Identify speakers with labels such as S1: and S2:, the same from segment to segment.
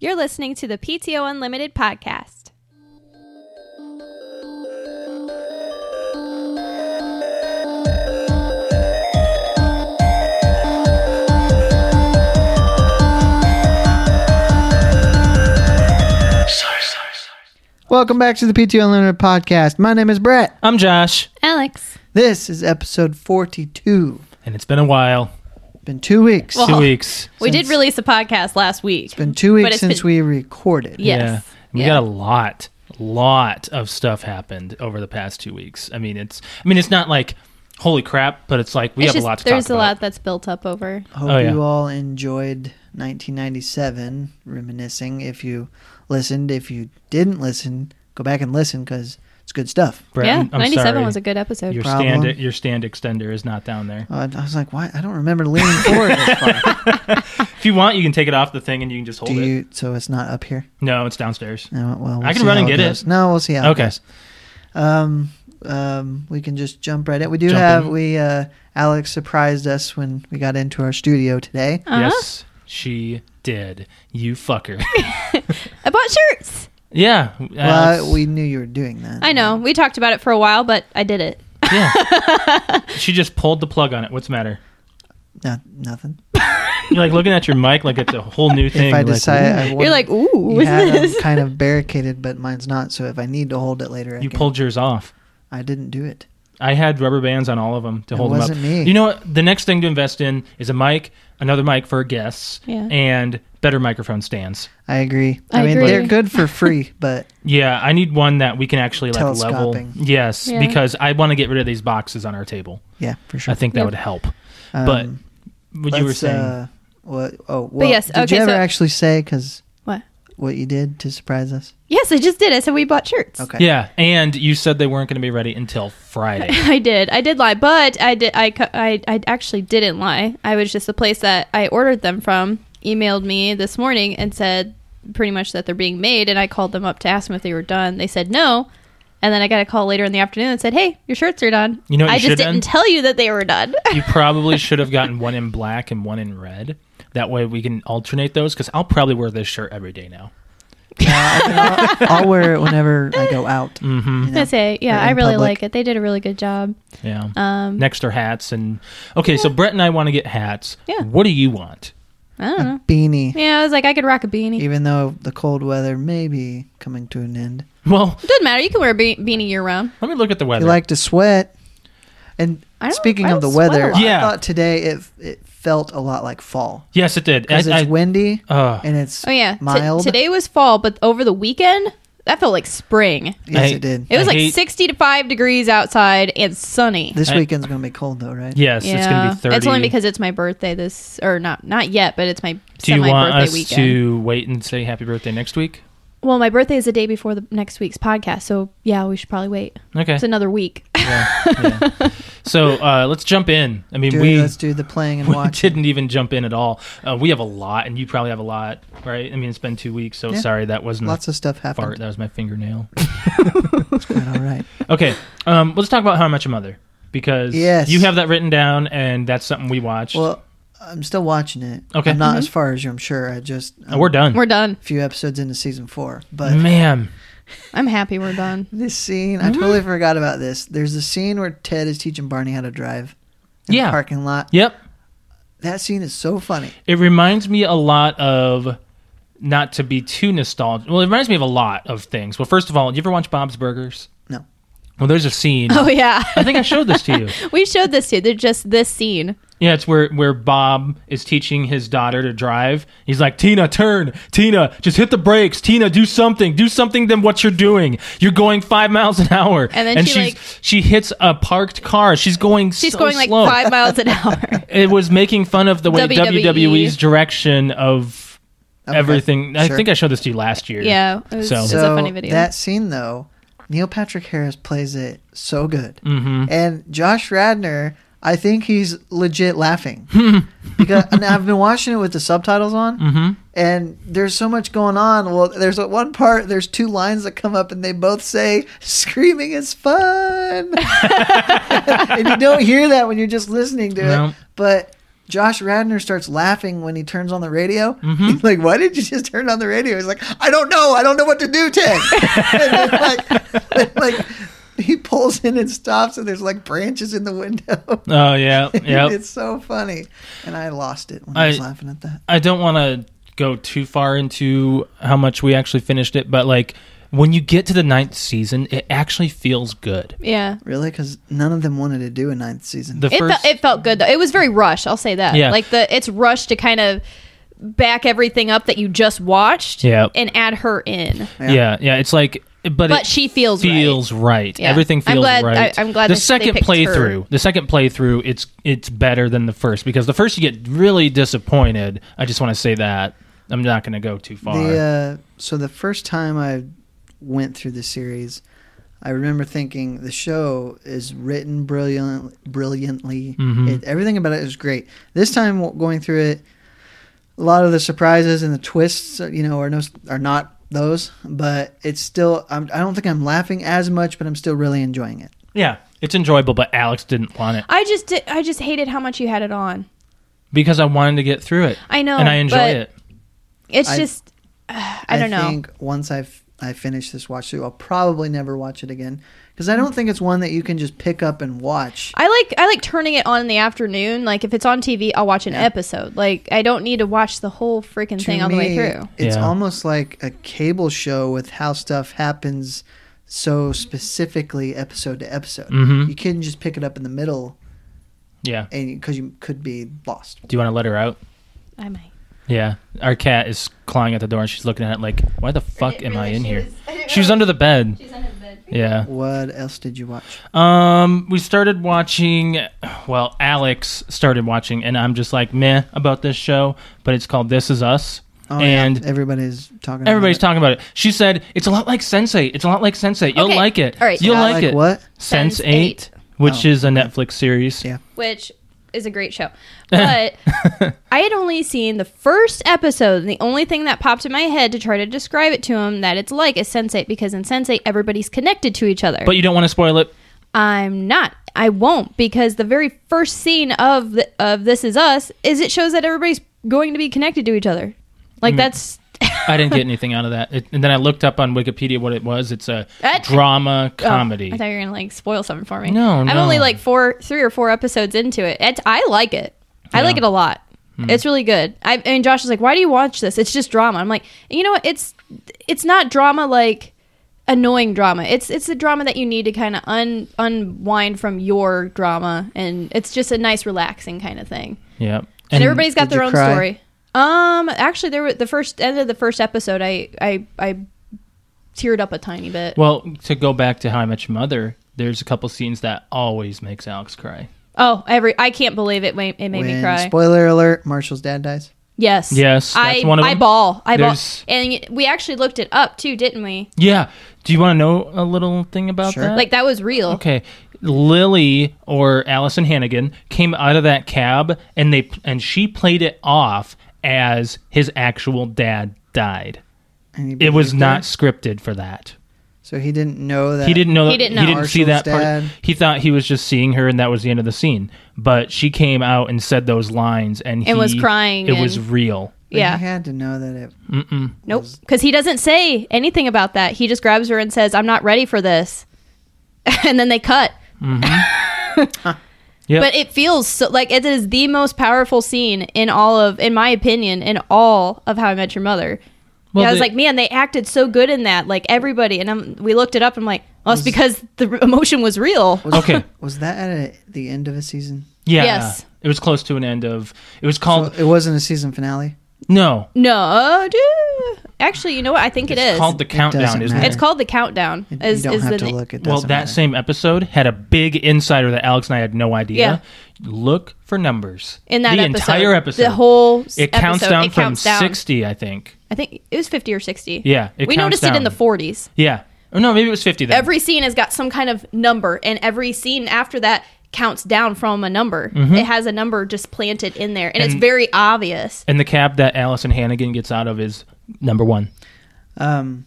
S1: You're listening to the PTO Unlimited podcast.
S2: Welcome back to the PTO Unlimited podcast. My name is Brett.
S3: I'm Josh,
S1: Alex.
S2: This is episode 42.
S3: and it's been a while.
S2: Been two weeks.
S1: Well-
S3: Two
S1: Oh.
S3: weeks.
S1: we did
S2: Since-
S1: release a podcast last week.
S2: been two
S1: but
S2: weeks
S1: it's
S2: since
S1: been-
S2: we recorded.
S1: Yeah. Yes.
S3: Yeah. We
S1: Yeah.
S3: got a lot, lot of stuff happened over the past two weeks. I mean, it's, I mean, it's not like, holy crap, but it's like, we
S1: It's
S3: have
S1: just-
S3: a lot to
S1: there's
S3: talk
S1: a
S3: about.
S1: lot that's built up over.
S2: Hope
S3: Oh, yeah.
S2: you all enjoyed 1997 reminiscing. If you listened, if you didn't listen, go back and listen because it's good stuff.
S3: Brett,
S1: yeah,
S3: I'm- I'm
S1: 97
S3: sorry.
S1: was a good episode.
S3: your
S2: problem.
S3: stand, your stand extender is not down there.
S2: Uh, I was like, why? I don't remember leaning forward this far.
S3: If you want, you can take it off the thing and you can just hold
S2: Do
S3: it.
S2: you? So it's not up here.
S3: No, it's downstairs.
S2: No, well, we'll
S3: I can
S2: see
S3: run
S2: how
S3: and get it.
S2: goes. No, we'll see how.
S3: Okay.
S2: It goes. Um, um, we can just jump right in. We do
S3: Jump
S2: have
S3: in.
S2: we uh, Alex surprised us when we got into our studio today.
S1: Uh-huh.
S3: Yes, she did. You fucker.
S1: I bought shirts.
S3: yeah. Alex.
S2: Well, we knew you were doing that.
S1: I know. We talked about it for a while, but I did it.
S3: Yeah. she just pulled the plug on it. What's the matter?
S2: No, nothing.
S3: You're like looking at your mic like it's a whole new thing.
S2: If I
S3: You're like,
S2: decide, I
S1: You're
S2: wouldn't-
S1: like, ooh,
S2: you
S1: what's
S2: had 'em
S1: this?
S2: kind of barricaded, but mine's not. So if I need to hold it later, I
S3: "Ooh, you
S2: can.
S3: pulled yours off.
S2: I didn't do it.
S3: I had rubber bands on all of them to
S2: It
S3: hold
S2: wasn't
S3: them
S2: me.
S3: up. You know what? The next thing to invest in is a mic, another mic for guests,
S1: Yeah.
S3: and better microphone stands.
S2: I agree.
S1: I
S2: mean,
S1: agree.
S2: they're good for free, but
S3: Yeah, I need one that we can actually like level.
S2: Telescoping.
S3: Yes,
S1: Yeah.
S3: because I want to get rid of these boxes on our table.
S2: yeah, for sure.
S3: I think that
S1: Yeah.
S3: would help.
S2: Um,
S3: but What you were
S2: let's,
S3: saying.
S2: Uh, what? Oh, well,
S1: yes,
S2: Did
S1: okay,
S2: you ever
S1: so-
S2: actually say because
S1: What?
S2: what you did to surprise us?
S1: Yes, I just did. I said we bought shirts.
S2: Okay.
S3: yeah, and you said they weren't going to be ready until Friday.
S1: I did. I did lie, but I did. I, cu- I I actually didn't lie. I was just the place that I ordered them from emailed me this morning and said pretty much that they're being made. And I called them up to ask them if they were done. They said no, and then I got a call later in the afternoon and said, "Hey, your shirts are done."
S3: You know what
S1: I
S3: you
S1: just
S3: should've
S1: didn't
S3: done?
S1: tell you that they were done.
S3: you probably should have gotten one in black and one in red. That way we can alternate those because I'll probably wear this shirt every day now.
S2: I'll wear it whenever I go out. Mm-hmm.
S1: I say, yeah,
S2: Or in
S1: I really
S2: public.
S1: like it. They did a really good job.
S3: Yeah.
S1: Um,
S3: Next are hats and okay. So Brett and I want to get hats.
S1: Yeah.
S3: What do you want?
S1: I don't know.
S2: Beanie,
S1: Yeah, I was like, I could rock a beanie.
S2: even though the cold weather may be coming to an end.
S3: Well,
S1: Doesn't matter. You can wear a be- beanie year round.
S3: let me look at the
S2: If
S3: weather.
S2: you like to sweat, and
S1: I don't-
S2: speaking
S1: I
S2: of the
S1: don't sweat a
S2: weather,
S1: lot.
S3: Yeah.
S2: I thought today it it felt a lot like fall
S3: yes, it did.
S2: because it's
S3: I, I-
S2: windy
S3: uh,
S2: and it's
S1: Oh yeah, T-
S2: mild.
S1: today was fall, but over the weekend that felt like spring.
S2: yes,
S3: I-
S2: it did.
S1: It was
S3: I
S1: like
S3: hate-
S1: 60 to 5 degrees outside and sunny.
S2: this
S3: I-
S2: weekend's gonna be cold though, right?
S3: yes, it's going to be thirty.
S1: It's only because it's my birthday this or not not yet, but it's my
S3: Do you
S1: semi
S3: want
S1: birthday
S3: us
S1: weekend.
S3: to wait and say happy birthday next week?
S1: Well, my birthday is the day before the next week's podcast, so yeah, we should probably wait.
S3: Okay.
S1: It's another week.
S3: yeah, yeah. So uh, let's jump in. I mean,
S2: Dude,
S3: we
S2: let's do the playing and
S3: we
S2: watching.
S3: didn't even jump in at all. Uh, we have a lot, and you probably have a lot, right? I mean, it's been two weeks, so
S2: Yeah.
S3: sorry that wasn't
S2: Lots of stuff
S3: a fart.
S2: happened.
S3: That was my fingernail.
S2: Quite all right.
S3: okay, um, let's talk about how much a mother because
S2: Yes.
S3: you have that written down, and that's something we watched.
S2: Well, I'm still watching it.
S3: Okay.
S2: I'm not
S1: Mm-hmm.
S2: as far as you. I'm sure. I just
S3: Uh, we're Mm-hmm. done,
S1: We're done.
S2: a few episodes into season four, but
S3: man.
S1: I'm happy we're done.
S2: This scene, I
S3: Mm-hmm.
S2: totally forgot about this. There's a scene where Ted is teaching Barney how to drive in
S3: Yeah.
S2: the parking lot.
S3: Yep,
S2: That scene is so funny.
S3: it reminds me a lot of not to be too nostalgic. Well, it reminds me of a lot of things. Well, first of all, you ever watch Bob's Burgers?
S2: No.
S3: Well, there's a scene.
S1: Oh yeah.
S3: I think I showed this to you.
S1: we showed this to. They're just this scene.
S3: Yeah, it's where where Bob is teaching his daughter to drive. He's like, Tina, turn. Tina, just hit the brakes. Tina, do something. Do something than what you're doing. You're going five miles an hour.
S1: And then she,
S3: she's,
S1: like-
S3: she hits a parked car. She's going
S1: She's
S3: so
S1: going like
S3: slow.
S1: 5 miles an hour.
S3: It was making fun of the way
S1: WWE.
S3: WWE's direction of
S2: Okay.
S3: everything. I
S2: Sure.
S3: think I showed this to you last year.
S1: yeah. It was,
S3: So-
S1: it was
S2: so
S1: a funny video.
S2: that scene though, Neil Patrick Harris plays it so good,
S3: Mm-hmm.
S2: and Josh Radner, I think he's legit laughing because and I've been watching it with the subtitles on.
S3: Hmm. Mm-hmm.
S2: And there's so much going on. Well, there's one part. There's two lines that come up, and they both say, "Screaming is fun," and you don't hear that when you're just listening to
S3: No.
S2: it. But Josh Radner starts laughing when he turns on the radio. He's like, "Why did you just turn on the radio?" He's like, "I don't know. I don't know what to do, Ted." and then, like, then, like he pulls in and stops, and there's like branches in the window.
S3: Oh yeah, yeah.
S2: it's so funny, and I lost it when I
S3: I-
S2: was laughing at that.
S3: I don't want to go too far into how much we actually finished it, but like when you get to the ninth season, it actually feels good.
S1: Yeah.
S2: Really, because none of them wanted to do a ninth season.
S3: The
S1: It,
S3: first,
S1: fe- it felt good though. It was very rushed. I'll say that.
S3: Yeah.
S1: Like the it's rushed to kind of back everything up that you just watched.
S3: Yeah.
S1: And add her in,
S3: yeah. yeah, it's like, but,
S1: but
S3: it
S1: she feels right.
S3: feels right.
S1: Yeah.
S3: Everything
S1: I'm
S3: feels
S1: glad-
S3: right.
S1: I- I'm glad
S3: the
S1: they- they
S3: second
S1: picked
S3: playthrough.
S1: her.
S3: The second playthrough, it's it's better than the first because the first you get really disappointed. I just want to say that I'm not going to go too far.
S2: The uh, so the first time I went through the series, I remember thinking the show is written brilliant, brilliantly. It, everything about it is great. This time w- going through it, a lot of the surprises and the twists, uh, you know, are no are not those, but it's still. I'm, I don't think I'm laughing as much, but I'm still really enjoying it.
S3: yeah, it's enjoyable, but Alex didn't want it
S1: I just did, I just hated how much you had it on.
S3: because I wanted to get through it.
S1: I know,
S3: and I enjoy
S1: but-
S3: it.
S1: It's
S2: I-
S1: just I don't know.
S2: think once I've I finish this watch through, I'll probably never watch it again because I don't think it's one that you can just pick up and watch.
S1: I like I like turning it on in the afternoon. Like if it's on TV, I'll watch an episode. Like I don't need to watch the whole freaking thing all the way through.
S2: It's
S3: Yeah.
S2: almost like a cable show with how stuff happens so specifically episode to episode.
S3: Mhm.
S2: You can just pick it up in the middle
S3: Yeah.
S2: and because you could be lost.
S3: Do you want to let her out?
S1: I might.
S3: Yeah, our cat is clawing at the door, and she's looking at it like, "Why the fuck am I in here?" she was under the bed. She's under the bed.
S2: What else did you watch?
S3: Yeah. Um, we started watching. Well, Alex started watching, and I'm just like meh about this show, but it's called This Is Us,
S2: Oh,
S3: and.
S2: yeah, everybody's talking.
S3: Everybody's
S2: about
S3: talking about it. She said it's a lot like Sensei. It's a lot like Sensei. You'll
S1: Okay,
S3: like it.
S1: all right.
S3: You'll
S2: Yeah,
S3: like,
S2: like
S3: it.
S2: what?
S3: Sense,
S1: Sense
S3: Eight,
S1: eight.
S3: which
S2: Oh,
S3: is a Netflix series.
S2: Yeah.
S1: which is a great show. But I had only seen the first episode, and the only thing that popped in my head to try to describe it to him that it's like is Sensei, because in Sensei, everybody's connected to each other.
S3: But you don't want to spoil it.
S1: I'm not. I won't because the very first scene of the, of This Is Us is it shows that everybody's going to be connected to each other. Like that's
S3: I didn't get anything out of that. It, and then I looked up on Wikipedia what it was. It's a
S1: That-
S3: drama
S1: Oh,
S3: comedy.
S1: I thought you were gonna like spoil something for me.
S3: No,
S1: I'm
S3: no.
S1: only like four, three or four episodes into it. It's, I like it. I
S3: Yeah.
S1: like it a lot. It's really good. I and Josh is like, "Why do you watch this? It's just drama." I'm like, you know what? It's it's not drama like annoying drama. It's it's a drama that you need to kind of un unwind from your drama, and it's just a nice relaxing kind of thing.
S3: yeah.
S1: And, everybody's got
S2: did
S1: their
S2: you
S1: own
S2: cry?
S1: story. Um, actually, there were the first end of the first episode. I I I teared up a tiny bit.
S3: Well, to go back to How I Met Your Mother, there's a couple scenes that always makes Alex cry.
S1: Oh, every I can't believe it. ma- It made me
S2: When-
S1: cry.
S2: Spoiler alert: Marshall's dad dies.
S1: yes,
S3: Yes,
S1: I
S3: that's one of
S1: I
S3: them.
S1: ball. I ball.
S3: There's-
S1: And y- we actually looked it up too, didn't we?
S3: Yeah. Do you want to know a little thing about
S2: Sure.
S3: that?
S1: Like that was real.
S3: okay, Lily or Allison Hannigan came out of that cab and they and she played it off as his actual dad died.
S2: And he
S3: It was
S2: believed
S3: not
S2: her.
S3: scripted for that.
S2: So he didn't know that.
S3: He didn't know that.
S1: He didn't know.
S3: see that
S2: Marshall's
S3: part.
S2: dad.
S3: He thought he was just seeing her, and that was the end of the scene. But she came out and said those lines, and he
S1: And was crying
S3: It was
S1: and-
S3: real.
S2: but He
S1: Yeah.
S2: had to know that it.
S1: Nope. Because he doesn't say anything about that. He just grabs her and says, "I'm not ready for this," and then they cut.
S3: Yep.
S1: But it feels so, like it is the most powerful scene in all of, in my opinion, in all of How I Met Your Mother.
S3: Well,
S1: Yeah, I was
S3: the-
S1: like, man, they acted so good in that. Like everybody, and I'm, we looked it up. I'm like, well, it's because the emotion was real.
S3: okay.
S2: Was that at a, the end of a season?
S3: Yeah.
S1: Yes.
S3: It was close to an end of. It was
S2: So
S3: called
S2: it wasn't a season finale.
S3: no.
S1: No, dude. Actually, you know what? I think
S3: it's
S1: it's
S3: called the countdown,
S2: doesn't
S3: isn't
S2: matter.
S1: It's called the countdown.
S2: It,
S1: Is,
S2: you don't
S1: is
S2: have
S1: the
S2: to
S1: na-
S2: look. It
S3: Well,
S2: doesn't
S3: that
S2: matter.
S3: same episode had a big insider that Alex and I had no idea.
S1: Yeah.
S3: Look for numbers
S1: in that
S3: the
S1: episode,
S3: entire episode.
S1: the whole s-
S3: It counts
S1: episode,
S3: down
S1: it
S3: from
S1: counts down.
S3: sixty, I think.
S1: I think it was fifty or sixty.
S3: Yeah, it
S1: we
S3: counts
S1: noticed it in the
S3: down.
S1: forties.
S3: Yeah. Or no, maybe it was fifty. Then.
S1: Every scene has got some kind of number, and every scene after that counts down from a number. It has a number just planted in there, and, it's
S3: Mm-hmm. And-
S1: very obvious.
S3: and the cab that Allison Hannigan gets out of is number one.
S2: Um,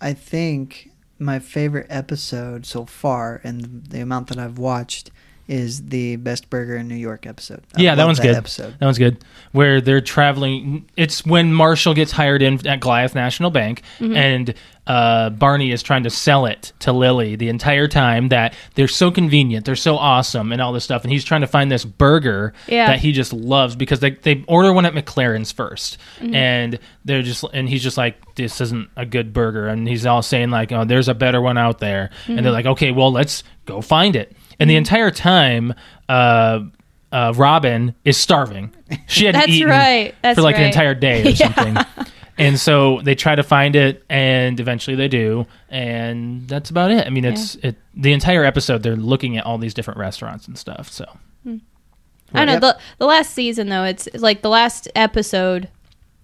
S2: I think my favorite episode so far, and the amount that I've watched, is the best burger in New York episode.
S3: Yeah, that
S2: love
S3: one's good.
S2: Episode.
S3: That was good. Where they're traveling. It's when Marshall gets hired in at Goliath National Bank, and uh, Barney is trying to sell it to Lily the entire time that they're so convenient, they're so awesome, and all this stuff. And he's trying to find this burger
S1: Yeah.
S3: that he just loves because they, they order one at McLaren's 1st
S1: Mm-hmm.
S3: and they're just and he's just like, this isn't a good burger, and he's all saying like, oh, there's a better one out there, and
S1: Mm-hmm.
S3: they're like, okay, well, let's go find it. And the entire time, uh, uh, Robin is starving. She had
S1: That's
S3: eaten
S1: right. That's
S3: for like an
S1: right.
S3: entire day or something. And so they try to find it, and eventually they do, and that's about it. I mean, it's it the entire episode. They're looking at all these different restaurants and stuff. So
S1: I don't know.
S2: Yep.
S1: The, the last season though, it's like the last episode.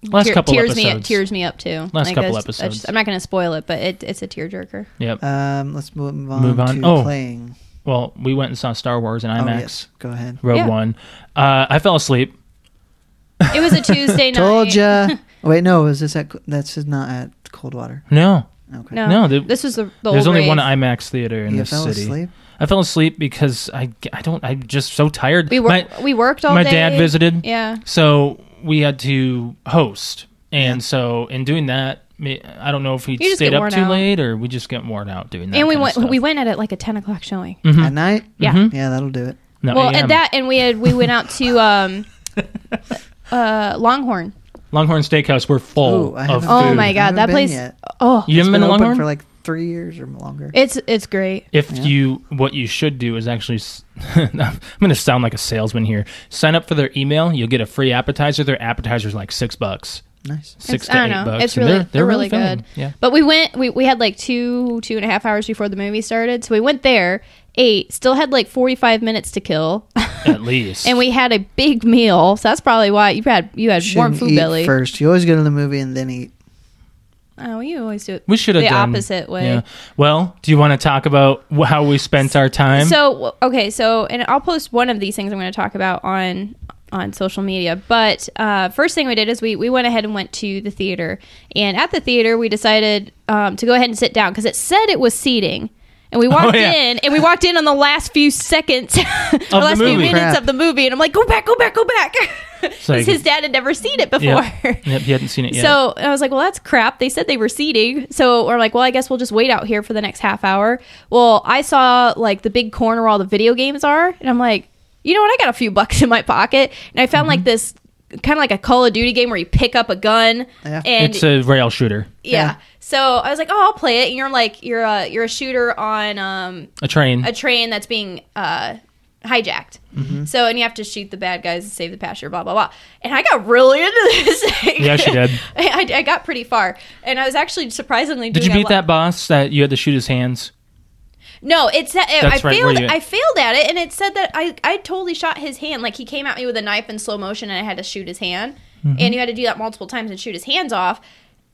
S3: last
S1: tear-
S3: couple
S1: tears me
S3: episodes.
S1: tears me up too.
S3: Last
S1: like,
S3: couple
S1: that's- that's
S3: episodes.
S1: just- I'm not going to spoil it, but it, it's a tearjerker.
S3: Yep.
S2: Um, let's move on,
S3: Move on.
S2: to
S3: Oh,
S2: playing.
S3: Well, we went and saw Star Wars in IMAX.
S2: Oh yes, go ahead.
S3: Rogue
S1: Yeah.
S3: One. Uh, I fell asleep.
S1: It was a Tuesday night.
S2: Told ya. Oh, Wait, no, is this at? That's not at Coldwater.
S3: No,
S2: Okay.
S1: No,
S3: No, the-
S1: this was the, the
S3: there's
S1: old
S3: only
S1: rave.
S3: one IMAX theater in
S2: you
S3: this
S2: fell
S3: city.
S2: asleep.
S3: I fell asleep because I, I don't I'm just so tired.
S1: We wor-
S3: My-
S1: we worked all
S3: my
S1: day.
S3: dad visited.
S1: Yeah.
S3: So we had to host, and
S2: Yeah.
S3: so in doing that, me- I don't know if we
S1: You just
S3: stayed
S1: get
S3: up
S1: worn
S3: too
S1: out.
S3: late or we just got worn out doing that.
S1: and we
S3: kind
S1: went
S3: Of
S1: we went at it like a 10 o'clock showing
S3: hmm
S2: At night.
S1: yeah
S2: Yeah, that'll do it.
S3: No,
S1: well
S3: AM.
S1: and that and we had we went out to um uh longhorn
S3: Longhorn Steakhouse, we're full
S2: Ooh, I
S3: of
S2: haven't
S3: food.
S2: been.
S1: oh my god
S2: Haven't
S1: that
S2: been
S1: place
S2: yet.
S1: oh
S3: You
S2: It's
S3: haven't been to
S2: open
S3: Longhorn
S2: for like three years or longer.
S1: it's it's great
S3: If
S2: Yeah.
S3: you, what you should do is actually, s- I'm going to sound like a salesman here. Sign up for their email. You'll get a free appetizer. Their appetizer's like six bucks,
S2: nice.
S1: It's-
S3: six to
S1: I don't
S3: eight
S1: know.
S3: bucks.
S1: It's
S3: and
S1: really-
S3: they're,
S1: they're really
S3: really,
S1: good.
S3: filling. Yeah.
S1: but we went we, we had like two two and a half hours before the movie started so we went there ate still had like 45 minutes to kill
S3: At least.
S1: and we had a big meal so that's probably why you had you had warm
S2: Shouldn't
S1: food
S2: eat
S1: belly
S2: first. You always go to the movie and then eat.
S1: oh you always do it
S3: We should have
S1: the
S3: done
S1: opposite way
S3: Yeah. Well, do you want to talk about wh- how we spent our time?
S1: So w- okay, so and I'll post one of these things I'm going to talk about on on social media. But uh, first thing we did is we we went ahead and went to the theater, and at the theater we decided um, to go ahead and sit down because it said it was seating. And we walked
S3: Oh, yeah.
S1: in, and we walked in on the last few seconds, or
S3: the
S1: last few
S3: movie.
S1: minutes
S2: Crap.
S1: of the movie, and I'm like, "Go back, go back, go back," because
S3: like-
S1: his dad had never seen it before.
S3: Yeah. Yep, you hadn't seen it yet.
S1: So I was like, well, that's crap. They said they were seating. So we're like, well, I guess we'll just wait out here for the next half hour. Well, I saw like the big corner where all the video games are. And I'm like, you know what? I got a few bucks in my pocket. And I found
S3: Mm-hmm.
S1: like this kind of like a Call of Duty game where you pick up a gun.
S2: Yeah.
S1: And
S3: it's uh, a rail shooter,
S1: yeah.
S2: yeah.
S1: So I was like, oh, I'll play it. And you're like, you're a, you're a shooter on um,
S3: a train.
S1: a train that's being uh, hijacked.
S3: Mm-hmm.
S1: So and you have to shoot the bad guys and save the pasture, blah blah blah. And I got really into this thing.
S3: Yeah, she did.
S1: I, I got pretty far, and I was actually surprisingly.
S3: Did you
S1: doing a
S3: beat
S1: lot-
S3: that boss that you had to shoot his hands?
S1: No, it said I
S3: That's right, where
S1: failed.
S3: you-
S1: I failed at it, and it said that I I totally shot his hand. Like he came at me with a knife in slow motion, and I had to shoot his hand.
S3: Mm-hmm.
S1: And you had to do that multiple times and shoot his hands off.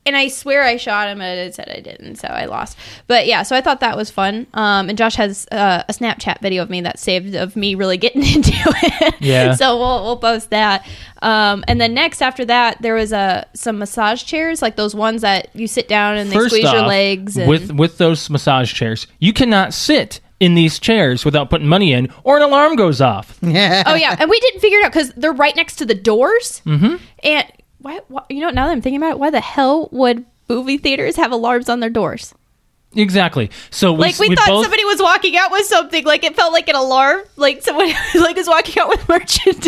S1: And I swear I shot him, but it said I didn't, so I lost. But yeah, so I thought that was fun. Um, and Josh has uh, a Snapchat video of me that saved of me really getting into it.
S3: Yeah.
S1: so we'll we'll post that. Um, and then next after that, there was a some massage chairs, like those ones that you sit down and they squeeze your legs. And,
S3: with with those massage chairs, you cannot sit in these chairs without putting money in, or an alarm goes off.
S2: Yeah.
S1: Oh yeah, and we didn't figure it out because they're right next to the doors. Mm-hmm. And why, why? You know, now that I'm thinking about it, why the hell would movie theaters have alarms on their doors?
S3: Exactly. So we,
S1: Like we,
S3: we
S1: thought
S3: both,
S1: somebody was walking out with something. Like it felt like an alarm. Like someone like was walking out with merchandise.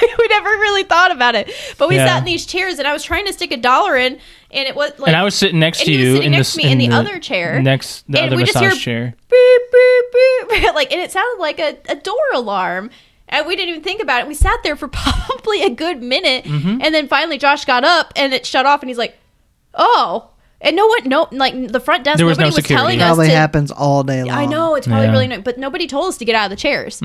S1: we never really thought about it, but we
S3: Yeah.
S1: sat in these chairs, and I was trying to stick a dollar in, and it was like
S3: and I was sitting next
S1: and
S3: to
S1: he was
S3: you
S1: sitting
S3: in,
S1: next
S3: this,
S1: to me in the other chair.
S3: next the
S1: And
S3: other
S1: we just
S3: massage
S1: hear-
S3: chair.
S1: beep beep beep like and it sounded like a, a door alarm and we didn't even think about it we sat there for probably a good minute
S3: Mm-hmm.
S1: and then finally josh got up and it shut off and he's like oh and no one no like the front desk
S3: There was no
S1: nobody was
S3: security.
S1: telling
S2: probably
S1: us to,
S2: happens all day long.
S1: i know it's probably
S3: Yeah. Mm-hmm.
S1: really annoying but nobody told us to get out of the chairs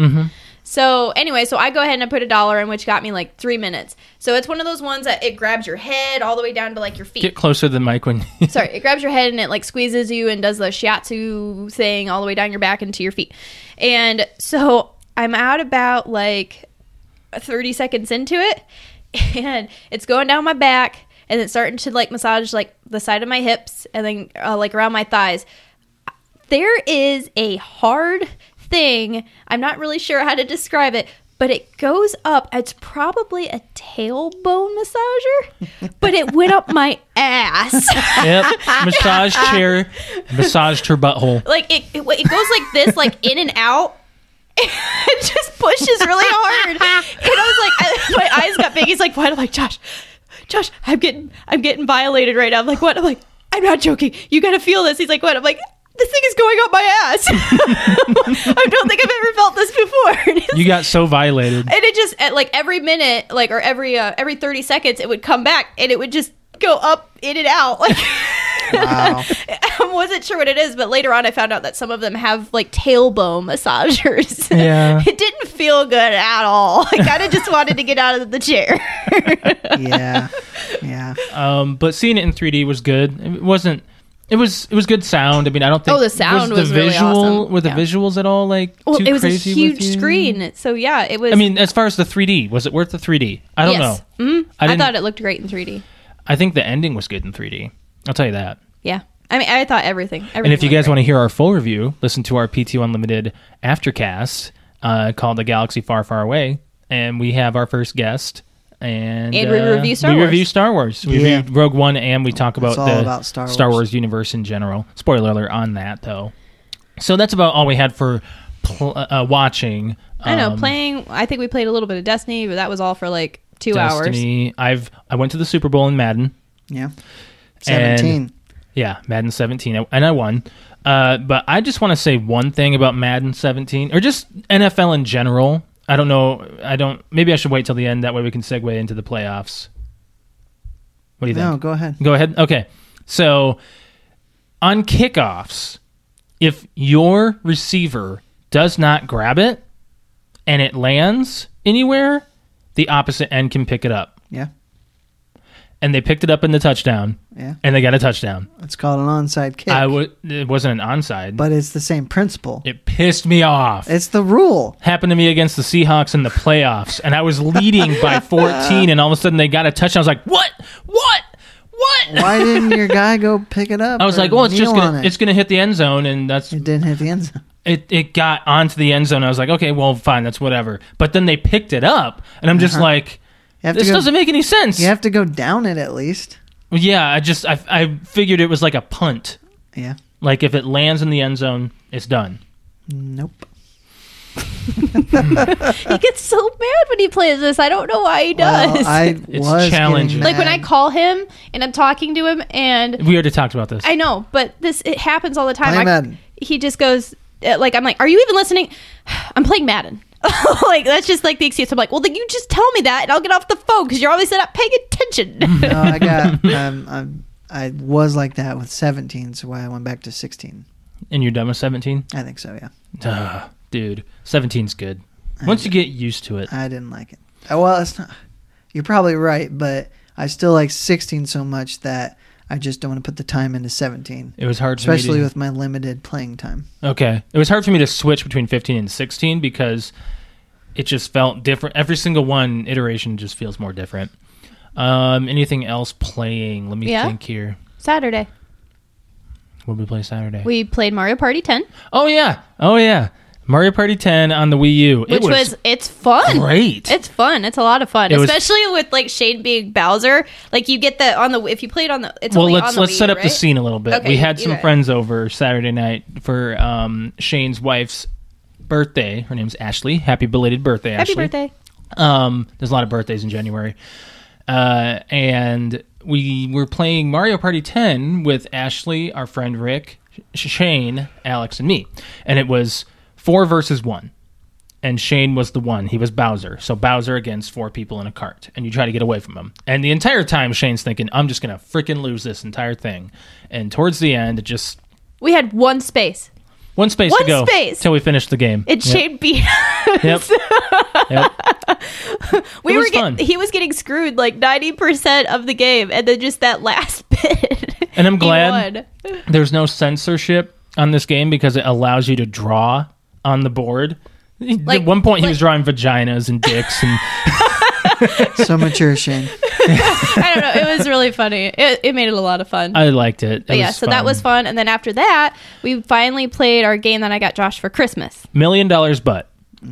S1: so anyway so i go ahead and i put a dollar in which got me like three minutes so it's one of those ones that it grabs your head all the way down to like your feet
S3: Get closer to the mic when
S1: sorry, it grabs your head and it like squeezes you and does the shiatsu thing all the way down your back and to your feet. And so I'm out about like 30 seconds into it and it's going down my back and it's starting to like massage like the side of my hips and then uh, like around my thighs. There is a hard thing. I'm not really sure how to describe it, but it goes up. It's probably a tailbone massager, but it went up my ass.
S3: Yep. Massage chair, massaged her butthole.
S1: like it, it, it goes like this, like in and out. It just pushes really hard. And I was like, I, my eyes got big. He's like, "What?" I'm like, "Josh, Josh, I'm getting, I'm getting violated right now." I'm like, "What?" I'm like, "I'm not joking. You gotta feel this." He's like, "What?" I'm like, "This thing is going up my ass. I don't think I've ever felt this before." And it's
S3: You got so violated.
S1: and it just at like every minute like or every uh, every 30 seconds it would come back and it would just go up in and out like
S2: Wow.
S1: I wasn't sure what it is, but later on I found out that some of them have like tailbone massagers.
S3: Yeah.
S1: it didn't feel good at all. I kind of just wanted to get out of the chair.
S2: yeah, yeah.
S3: Um, but seeing it in 3D was good. It wasn't. It was it was good sound. I mean, I don't think
S1: Oh, the sound was really
S3: visual
S1: awesome.
S3: were the
S1: Yeah.
S3: visuals at all like
S1: well,
S3: too
S1: it was a
S3: crazy with
S1: huge
S3: you?
S1: screen, so yeah, it was.
S3: I mean, as far as the 3D, was it worth the 3D? I don't
S1: yes.
S3: know.
S1: Mhm.
S3: I
S1: I,
S3: didn't-
S1: thought it looked great in 3D.
S3: I think the ending was good in 3D. I'll tell you that.
S1: Yeah, I mean, I thought everything. everything
S3: And if you
S1: looked
S3: guys
S1: great.
S3: want to hear our full review, listen to our PT Unlimited aftercast uh, called "The Galaxy Far, Far Away," and we have our first guest. And,
S1: And we
S3: uh,
S1: review Star
S3: we
S1: Wars.
S3: review Star Wars. We
S2: Yeah.
S3: reviewed Rogue One, and we talk about
S2: It's all
S3: the
S2: about Star Wars.
S3: Wars universe in general. Spoiler alert on that, though. So that's about all we had for pl- uh, watching.
S1: I know
S3: um,
S1: playing. I think we played a little bit of Destiny, but that was all for like two hours.
S3: Destiny. I've I went to the Super Bowl in Madden.
S2: Yeah.
S3: And-
S2: 17.
S3: Yeah, Madden 17, I- and I won. Uh, but I just want to say one thing about Madden 17, or just NFL in general. I don't know. I don't. Maybe I should wait till the end. That way we can segue into the playoffs. What do you
S2: no,
S3: think?
S2: go ahead.
S3: Go ahead. Okay. So on kickoffs, if your receiver does not grab it and it lands anywhere, the opposite end can pick it up.
S2: Yeah,
S3: And they picked it up in the touchdown,
S2: yeah.
S3: and they got a touchdown.
S2: It's called an onside kick,
S3: I would. It wasn't an onside.
S2: but it's the same principle.
S3: It pissed me off.
S2: It's the rule.
S3: Happened to me against the Seahawks in the playoffs, and I was leading by 14, and all of a sudden they got a touchdown. I was like, "What? What? What?"
S2: Why didn't your guy go pick it up?
S3: I was
S2: or
S3: like, "Well, it's just
S2: kneel
S3: gonna,
S2: on it.
S3: it's gonna hit the end zone, and that's
S2: it didn't hit the end zone.
S3: it. It got onto the end zone. I was like, "Okay, well, fine, that's whatever." But then they picked it up, and I'm just like,
S2: Uh-huh. You have to
S3: "This
S2: go-
S3: doesn't make any sense."
S2: You have to go down it at least.
S3: yeah, I just I, I figured it was like a punt.
S2: Yeah.
S3: Like if it lands in the end zone, it's done.
S2: Nope.
S1: He gets so mad when he plays this. I don't know why he does.
S2: Well, I
S3: It's
S2: was getting
S3: challenging.
S1: like when I
S2: mad.
S1: call him and I'm talking to him, and
S3: We already talked about this.
S1: I know, but this it happens all the time.
S2: Play
S1: I-
S2: Madden.
S1: He just goes uh, like, "I'm like, are you even listening? I'm playing Madden." like that's just like the excuse. I'm like, well, then you just tell me that, and I'll get off the phone because you're obviously not paying attention.
S2: No, I got. um, I'm, I was like that with 17, so why I went back to 16.
S3: and you're done with 17.
S2: I think so. Yeah.
S3: Ugh, dude, 17's good. Once you get used to it,
S2: I didn't like it. Uh, Well, it's not. You're probably right, but I still like 16 so much that I just don't want to put the time into 17,
S3: it was hard.
S2: especially
S3: for me to,
S2: with my limited playing time.
S3: okay, it was hard for me to switch between 15 and 16 because it just felt different. Every single one iteration just feels more different. Um, anything else playing? Let me
S1: Yeah.
S3: think here.
S1: Saturday,
S3: What did we play Saturday?
S1: we played Mario Party 10,
S3: oh yeah, oh yeah, Mario Party 10 on the Wii U.
S1: which
S3: it was,
S1: was, it's fun.
S3: great.
S1: It's fun. It's a lot of fun,
S3: It was-
S1: especially with like Shane being Bowser. Like you get the on the if you play it on the. It's
S3: well,
S1: only
S3: let's
S1: on the
S3: let's
S1: Wii,
S3: set up the
S1: right?
S3: scene a little bit.
S1: Okay,
S3: we had
S1: you
S3: some
S1: do it.
S3: friends over Saturday night for um, Shane's wife's birthday. Her name's Ashley. Happy belated birthday,
S1: Happy
S3: Ashley!
S1: birthday!
S3: Um, there's a lot of birthdays in January. Uh, and we were playing Mario Party 10 with Ashley, our friend Rick, Sh- Shane, Alex, and me. And it was four versus one. And Shane was the one. He was Bowser. So Bowser against four people in a cart. And you try to get away from him. And the entire time, Shane's thinking, I'm just going to freaking lose this entire thing. And towards the end, it just
S1: We had one space.
S3: one space to
S1: One
S3: go
S1: space!
S3: till we finished the game.
S1: It
S3: Yep.
S1: Shane beat.
S3: Yep. Yep.
S1: we
S3: It was
S1: were getting.
S3: fun.
S1: He was getting screwed like ninety percent of the game, and then just that last bit.
S3: And I'm
S1: he
S3: glad
S1: won.
S3: there's no censorship on this game because it allows you to draw on the board. At
S1: Like-
S3: one point, he
S1: like-
S3: was drawing vaginas and dicks, and
S2: so mature, Shane.
S1: I don't know. It was really funny. It, it made it a lot of fun.
S3: I liked it. It
S1: but yeah,
S3: was
S1: so that
S3: fun.
S1: was fun. And then after that, we finally played our game that I got Josh for Christmas.
S3: Million Dollars Butt,